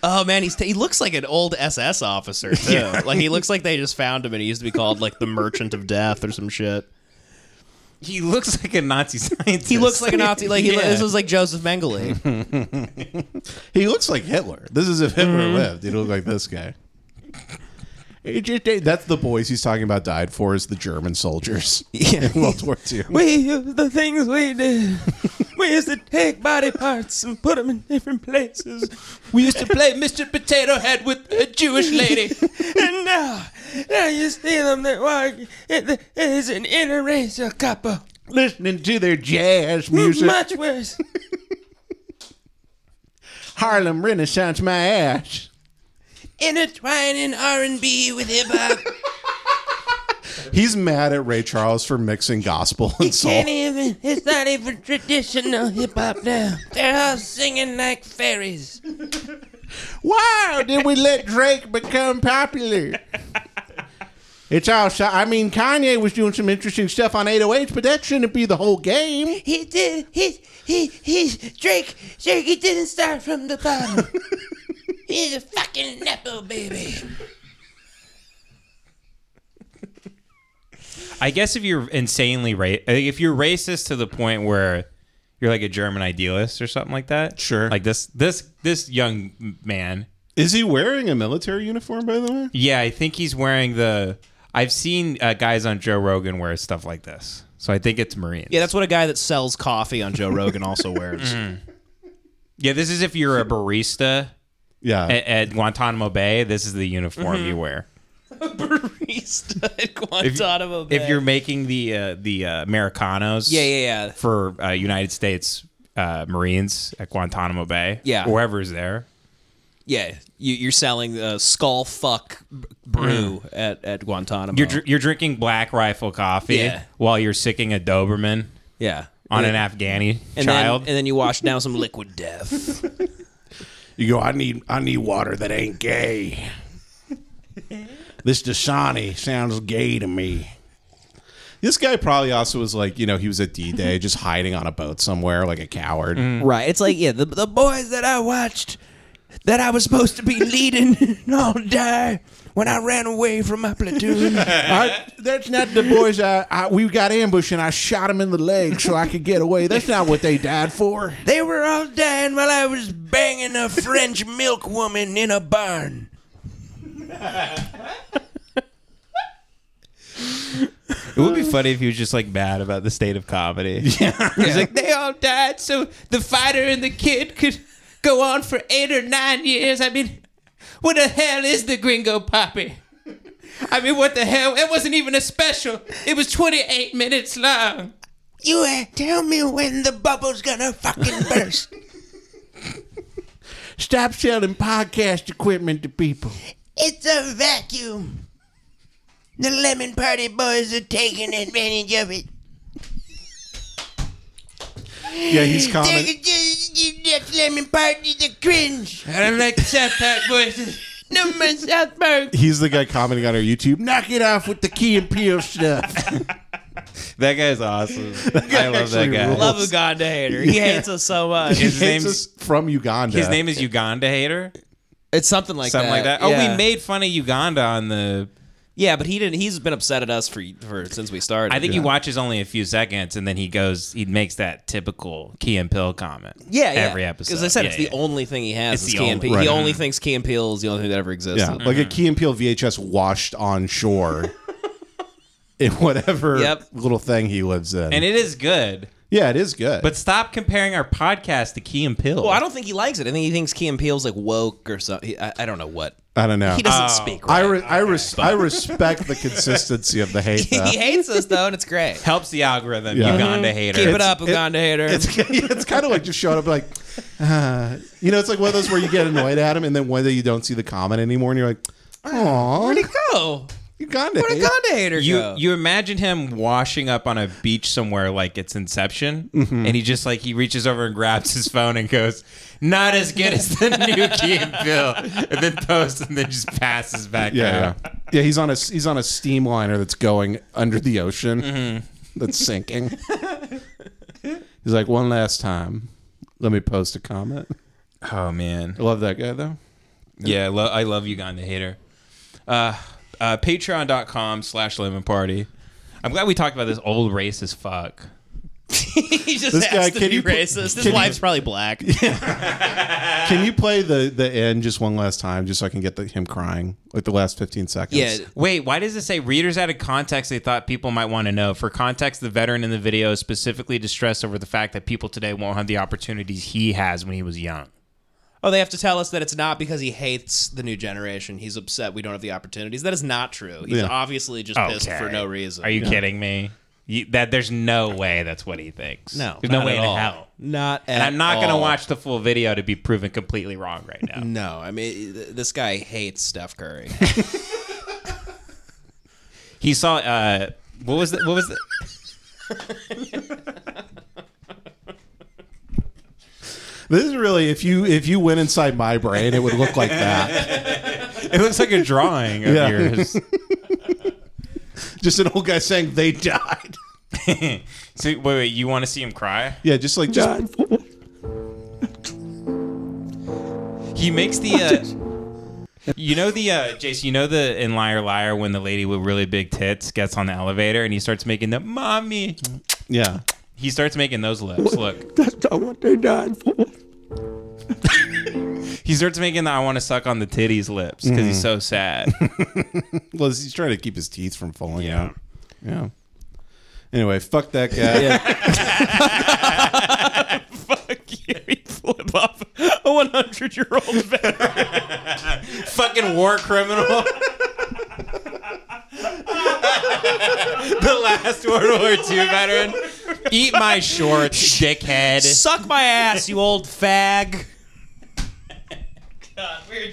Speaker 3: Oh man, he's he looks like an old SS officer too.
Speaker 1: Yeah.
Speaker 3: Like he looks like they just found him and he used to be called like the Merchant of Death or some shit.
Speaker 2: He looks like a Nazi scientist.
Speaker 3: He looks like a Nazi. Like he,
Speaker 2: Yeah.
Speaker 3: this was like Joseph Mengele.
Speaker 1: he looks like Hitler. This is if Hitler
Speaker 3: Mhm.
Speaker 1: lived. He'd look like this guy. It just- that's the boys he's talking about died for is the German soldiers in World War II.
Speaker 16: We use the things we did. We used to take body parts and put them in different places. We used to play Mr. Potato Head with a Jewish lady. and now, now you see them that well, it, it is an interracial couple.
Speaker 1: Listening to their jazz music.
Speaker 16: Much worse.
Speaker 1: Harlem Renaissance, my ass.
Speaker 16: Intertwining R&B with hip hop.
Speaker 1: He's mad at Ray Charles for mixing gospel and soul.
Speaker 16: Can't even. It's not even traditional hip hop now. They're all singing like fairies.
Speaker 1: Wow, did we let Drake become popular? It's also, I mean, Kanye was doing some interesting stuff on 808s, but that shouldn't be the whole game.
Speaker 16: He did. He he he's Drake. Drake. He didn't start from the bottom. he's a fucking nepo baby.
Speaker 2: I guess if you're insanely ra- if you're racist to the point where you're like a German idealist or something like that. Sure. Like this this this young man.
Speaker 1: Is he wearing a military uniform by the way?
Speaker 2: Yeah, I think he's wearing the I've seen uh, guys on Joe Rogan wear stuff like this. So I think it's Marines.
Speaker 3: Yeah, that's what a guy that sells coffee on Joe Rogan also wears.
Speaker 2: Mm. Yeah, this is if you're a barista.
Speaker 1: Yeah.
Speaker 16: Eh.
Speaker 2: At, at Guantanamo Bay, this is the uniform
Speaker 1: Mhm.
Speaker 2: you wear.
Speaker 17: barista at
Speaker 2: If,
Speaker 17: Guantanamo Bay.
Speaker 2: if you're making the uh, the uh, Americanos,
Speaker 17: Yeah, yeah, yeah.
Speaker 2: for uh, United States uh, Marines at Guantanamo Bay,
Speaker 3: Yeah.
Speaker 2: whoever's there,
Speaker 3: Yeah, you, you're selling uh, skull fuck b- brew at, at Guantanamo.
Speaker 2: Mm. you're dr- you're drinking Black Rifle coffee
Speaker 3: Yeah.
Speaker 2: while you're sicking a Doberman,
Speaker 3: yeah,
Speaker 2: on
Speaker 3: And-
Speaker 2: an Afghani
Speaker 3: and
Speaker 2: child,
Speaker 3: then, and then you wash down some liquid death.
Speaker 18: You go, I need I need water that ain't gay.
Speaker 1: This Dasani sounds gay to me. This guy probably also was like, you know, he was at D
Speaker 16: Mm-hmm.
Speaker 1: Day just hiding on a boat somewhere like a coward.
Speaker 16: Mm.
Speaker 3: Right. It's like, yeah, the,
Speaker 9: The boys that I watched, that I was supposed to be leading, all die when I ran away from my platoon.
Speaker 18: I, that's not the boys. I, I we got ambushed and I shot him in the leg so I could get away. That's not what they died for.
Speaker 9: They were all dying while I was banging a French milk woman in a barn.
Speaker 2: it would be funny if he was just like mad about the state of comedy. Yeah,
Speaker 9: He's like, they all died so the fighter and the kid could go on for eight or nine years. I mean, what the hell is the gringo poppy? I mean, what the hell? It wasn't even a special. It was 28 minutes long. You uh, tell me when the bubble's gonna fucking burst.
Speaker 18: Stop selling podcast equipment to people.
Speaker 9: It's a vacuum. The Lemon Party boys are taking advantage of it.
Speaker 1: Yeah, he's comment.
Speaker 9: You that Lemon Party the cringe. I don't like the South Park voices. No more South Park.
Speaker 1: He's the guy commenting on our YouTube.
Speaker 18: Knock it off with the key and peel stuff.
Speaker 2: that guy's awesome. I love that
Speaker 1: actually
Speaker 2: guy.
Speaker 1: rules.
Speaker 3: Love Uganda Oh, hater. He
Speaker 2: Yeah.
Speaker 3: hates us so much.
Speaker 2: His name's
Speaker 1: from Uganda.
Speaker 2: His name is Uganda Hater.
Speaker 3: It's something like
Speaker 2: Something
Speaker 3: that.
Speaker 2: like that. Oh,
Speaker 3: yeah.
Speaker 2: we made fun of Uganda on the.
Speaker 3: Yeah, but he didn't. He's been upset at us for for since we started.
Speaker 2: I think he watches only a few seconds and then he goes. He makes that typical Key and Pill comment.
Speaker 3: Yeah, yeah.
Speaker 2: every episode.
Speaker 3: Because I said
Speaker 2: Yeah,
Speaker 3: it's
Speaker 2: yeah.
Speaker 3: the only thing he has.
Speaker 2: It's
Speaker 3: is
Speaker 2: the
Speaker 3: Key and
Speaker 2: only-
Speaker 3: Peele.
Speaker 2: Right.
Speaker 3: He only thinks Key and Peele is the only thing that ever exists.
Speaker 1: Yeah, like
Speaker 2: Mm-hmm.
Speaker 1: a Key and Peele VHS washed on shore in whatever
Speaker 2: Yep.
Speaker 1: little thing he lives in.
Speaker 2: and it is good.
Speaker 1: yeah, it is good.
Speaker 2: But stop comparing our podcast to Key and Pill.
Speaker 3: Well, I don't think he likes it. I think he thinks Key and Peele's like woke or something. He- I, I don't know what.
Speaker 1: I don't know.
Speaker 3: He doesn't speak.
Speaker 1: Uh, I re- I, res- I respect the consistency of the hate. Though.
Speaker 3: he hates us though, and it's great.
Speaker 2: Helps the algorithm.
Speaker 1: Yeah.
Speaker 2: Uganda
Speaker 1: Mhm.
Speaker 2: Hater.
Speaker 3: Mm-hmm. Keep it up, Uganda hater.
Speaker 1: It's it's kind of like just showing up like, uh, you know, it's like one of those where you get annoyed at him, and then one day you don't see the comment anymore, and you're like, oh,
Speaker 3: Where'd he go?
Speaker 1: Uganda.
Speaker 3: Where'd Uganda hater
Speaker 2: you
Speaker 3: go?
Speaker 2: you imagine him washing up on a beach somewhere like it's Inception,
Speaker 1: Mm-hmm.
Speaker 3: Mhm.
Speaker 2: and he just like he reaches over and grabs his phone and goes, "Not as good as the new Key and Pill," and then posts and then just passes back.
Speaker 1: yeah,
Speaker 2: out.
Speaker 1: yeah, yeah. He's on a he's on a steamliner that's going under the ocean,
Speaker 2: Mhm.
Speaker 1: that's sinking. he's like, one last time, let me post a comment.
Speaker 2: Oh man,
Speaker 1: I love that guy though.
Speaker 2: Yeah, I, lo- I love Uganda Hater. Uh, uh, Patreon.com slash Lemon Party. I'm glad we talked about this old race as fuck.
Speaker 3: he just
Speaker 1: This
Speaker 3: has
Speaker 1: guy,
Speaker 3: to
Speaker 1: can
Speaker 3: be
Speaker 1: you put-
Speaker 3: racist. His
Speaker 1: can you-
Speaker 3: wife's probably black.
Speaker 1: Can you play the the end just one last time, just so I can get the, him crying, like the last fifteen seconds?
Speaker 2: Wait, why does it say readers out of context they thought people might want to know? For context, the veteran in the video is specifically distressed over the fact that people today won't have the opportunities he has when he was young.
Speaker 3: Oh, they have to tell us that it's not because he hates the new generation. He's upset we don't have the opportunities. That is not true. He's
Speaker 2: Yeah.
Speaker 3: obviously just pissed
Speaker 2: Okay.
Speaker 3: for no reason.
Speaker 2: Are you kidding me? You, that there's no way that's what he thinks.
Speaker 3: No,
Speaker 2: there's no
Speaker 3: not
Speaker 2: way
Speaker 3: at
Speaker 2: in
Speaker 3: all.
Speaker 2: hell.
Speaker 3: Not
Speaker 2: and
Speaker 3: at
Speaker 2: I'm not gonna
Speaker 3: all. Mm.
Speaker 2: watch the full video to be proven completely wrong right now.
Speaker 3: No, I mean th- this guy hates Steph Curry.
Speaker 2: He saw uh what was the, what was the
Speaker 1: This is really if you if you went inside my brain, it would look like that.
Speaker 2: It looks like a drawing of yours.
Speaker 1: just an old guy saying they died.
Speaker 2: so wait wait, you want to see him cry?
Speaker 1: Yeah, just like just
Speaker 2: He makes the uh you know the uh Jason, you know the in Liar Liar when the lady with really big tits gets on the elevator and he starts making the mommy
Speaker 1: yeah.
Speaker 2: He starts making those lips. Look.
Speaker 15: That's not what they died for.
Speaker 2: He starts making the I want to suck on the titties lips because he's
Speaker 3: Mm.
Speaker 1: Mhm.
Speaker 2: so sad.
Speaker 1: well, he's trying to keep his teeth from falling out. Yeah. Anyway, fuck that guy.
Speaker 9: Fuck you. He flip off a 100 year old veteran.
Speaker 2: Fucking war criminal. the last World War II veteran. Eat my shorts, dickhead.
Speaker 3: Suck my ass, you old fag.
Speaker 9: God, we're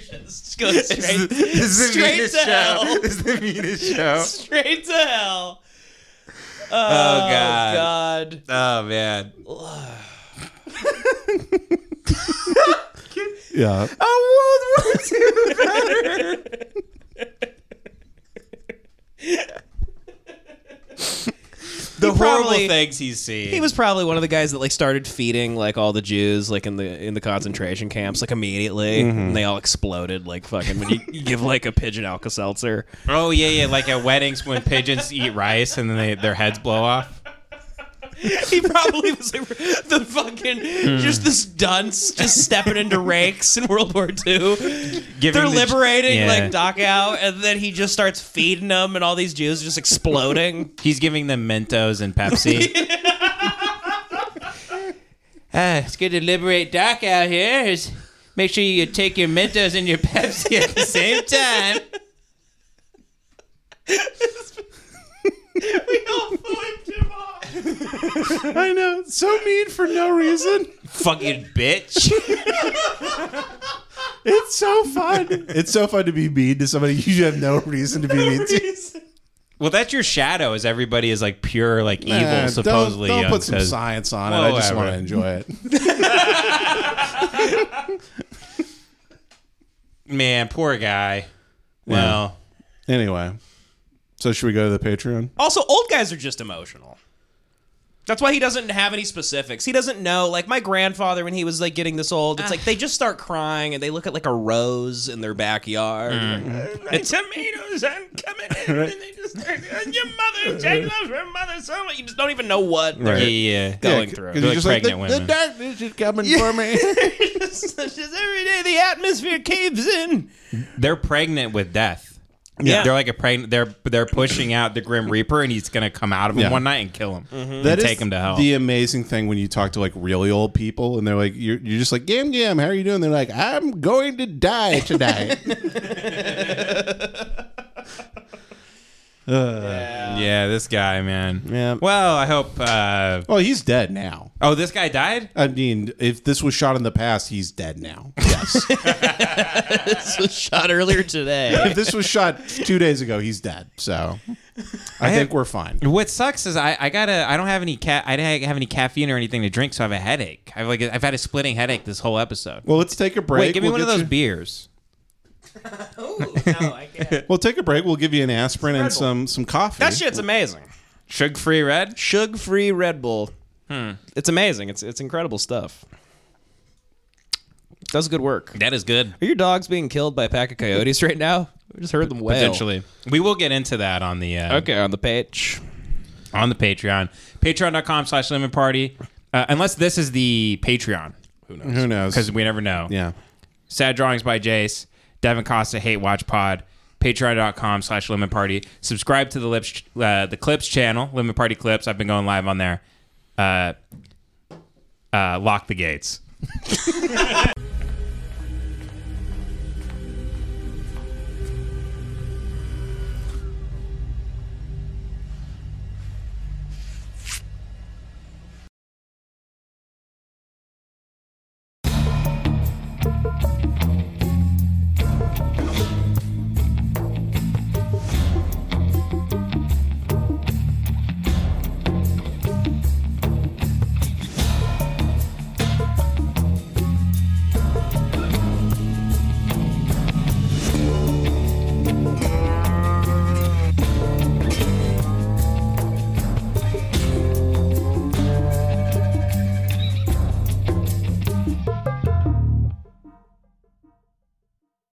Speaker 9: just going straight,
Speaker 2: this is the
Speaker 9: straight
Speaker 2: meanest
Speaker 9: to
Speaker 2: show.
Speaker 9: hell.
Speaker 2: This is the meanest show.
Speaker 9: Straight to hell. Oh,
Speaker 2: Oh, God.
Speaker 9: God.
Speaker 2: Oh man.
Speaker 1: Yeah.
Speaker 2: A World War II veteran.
Speaker 3: The
Speaker 2: horrible things he's seen.
Speaker 3: He was probably one of the guys that like started feeding like all the Jews like in the in the concentration camps like immediately,
Speaker 2: Mhm.
Speaker 3: and they all exploded like fucking when you, you give like a pigeon Alka Seltzer.
Speaker 2: Oh yeah, yeah. Like at weddings when pigeons eat rice and then they, their heads blow off.
Speaker 9: He probably was like the fucking
Speaker 2: Mm.
Speaker 9: just this dunce just stepping into ranks in World War II.
Speaker 2: Giving
Speaker 9: They're
Speaker 2: the-
Speaker 9: liberating
Speaker 2: yeah.
Speaker 9: like Dachau, and then he just starts feeding them, and all these Jews just exploding.
Speaker 2: He's giving them Mentos and Pepsi. Uh,
Speaker 16: Ah, it's good to liberate Doc out here. Just Make sure you take your Mentos and your Pepsi at the same time.
Speaker 1: I know. So mean for no reason.
Speaker 2: Fucking bitch.
Speaker 1: It's so fun. It's so fun to be mean to somebody you have no reason to be mean to.
Speaker 2: Well, that's your shadow. Is everybody is like pure, like evil,
Speaker 1: Nah, don't-
Speaker 2: supposedly.
Speaker 1: don't
Speaker 2: Jung
Speaker 1: put some
Speaker 2: says.
Speaker 1: science on it. I just
Speaker 2: Whatever.
Speaker 1: wanna enjoy it.
Speaker 2: Man, poor guy. Well,
Speaker 1: Anyway, so should we go to the Patreon?
Speaker 9: Also, old guys are just emotional. That's why he doesn't have any specifics. He doesn't know. Like my grandfather, when he was like getting this old, it's like they just start crying and they look at like a rose in their backyard.
Speaker 3: Mm.
Speaker 9: It's Uh, tomatoes and coming in, and they just start, and your mother, Jake loves her mother so much. You just don't even know what they're
Speaker 2: Yeah, yeah.
Speaker 9: going
Speaker 2: Yeah,
Speaker 9: through.
Speaker 2: 'cause you're just like,
Speaker 9: pregnant
Speaker 2: the- the
Speaker 9: women.
Speaker 19: darkness is coming
Speaker 9: Yeah.
Speaker 19: for me.
Speaker 9: Just- just every day the atmosphere caves in.
Speaker 2: they're pregnant with death.
Speaker 9: Yeah.
Speaker 2: they're like a pregnant. They're they're pushing out the Grim Reaper, and he's gonna come out of him
Speaker 1: Yeah. Mm-hmm.
Speaker 2: one night and kill him. And
Speaker 1: That is
Speaker 2: take him to hell.
Speaker 1: The amazing thing when you talk to like really old people and they're like, you're, you're just like, Gam Gam, how are you doing? They're like, I'm going to die tonight.
Speaker 2: yeah. this guy, man. Yeah. Well, I hope. uh
Speaker 1: Well, he's dead now.
Speaker 2: Oh, this guy died?
Speaker 1: I mean, if this was shot in the past, he's dead now. Yes.
Speaker 9: this was shot earlier today.
Speaker 1: if this was shot two days ago, he's dead. So I,
Speaker 2: I
Speaker 1: think
Speaker 2: have-
Speaker 1: we're fine.
Speaker 2: What sucks is I, I gotta I don't have any cat I don't have any caffeine or anything to drink, so I have a headache. I've like I've had a splitting headache this whole episode.
Speaker 1: Well, let's take a break.
Speaker 2: Wait, give me one
Speaker 1: We'll
Speaker 2: of
Speaker 1: get
Speaker 2: those
Speaker 1: you-
Speaker 2: beers.
Speaker 1: We'll take a break. We'll give you an aspirin and some some coffee.
Speaker 3: That shit's amazing.
Speaker 2: Sugar free red,
Speaker 3: sugar free Red Bull.
Speaker 2: Hmm.
Speaker 3: It's amazing. It's it's incredible stuff. Does good work.
Speaker 2: That is good.
Speaker 3: Are your dogs being killed by a pack of coyotes right now? I just heard them wail.
Speaker 2: Potentially, we will get into that on the uh,
Speaker 3: Okay, on the page,
Speaker 2: on the Patreon, Patreon.com/slash Lemon Party. Uh, unless this is the Patreon, who knows?
Speaker 1: Who knows?
Speaker 2: Because we never know.
Speaker 1: Yeah.
Speaker 2: Sad drawings by Jace, Devin Costa, Hate Watch Pod. Patreon.com/slash Lemon Party. Subscribe to the lips, uh, the Clips channel, Lemon Party Clips. I've been going live on there. Uh, uh, lock the gates.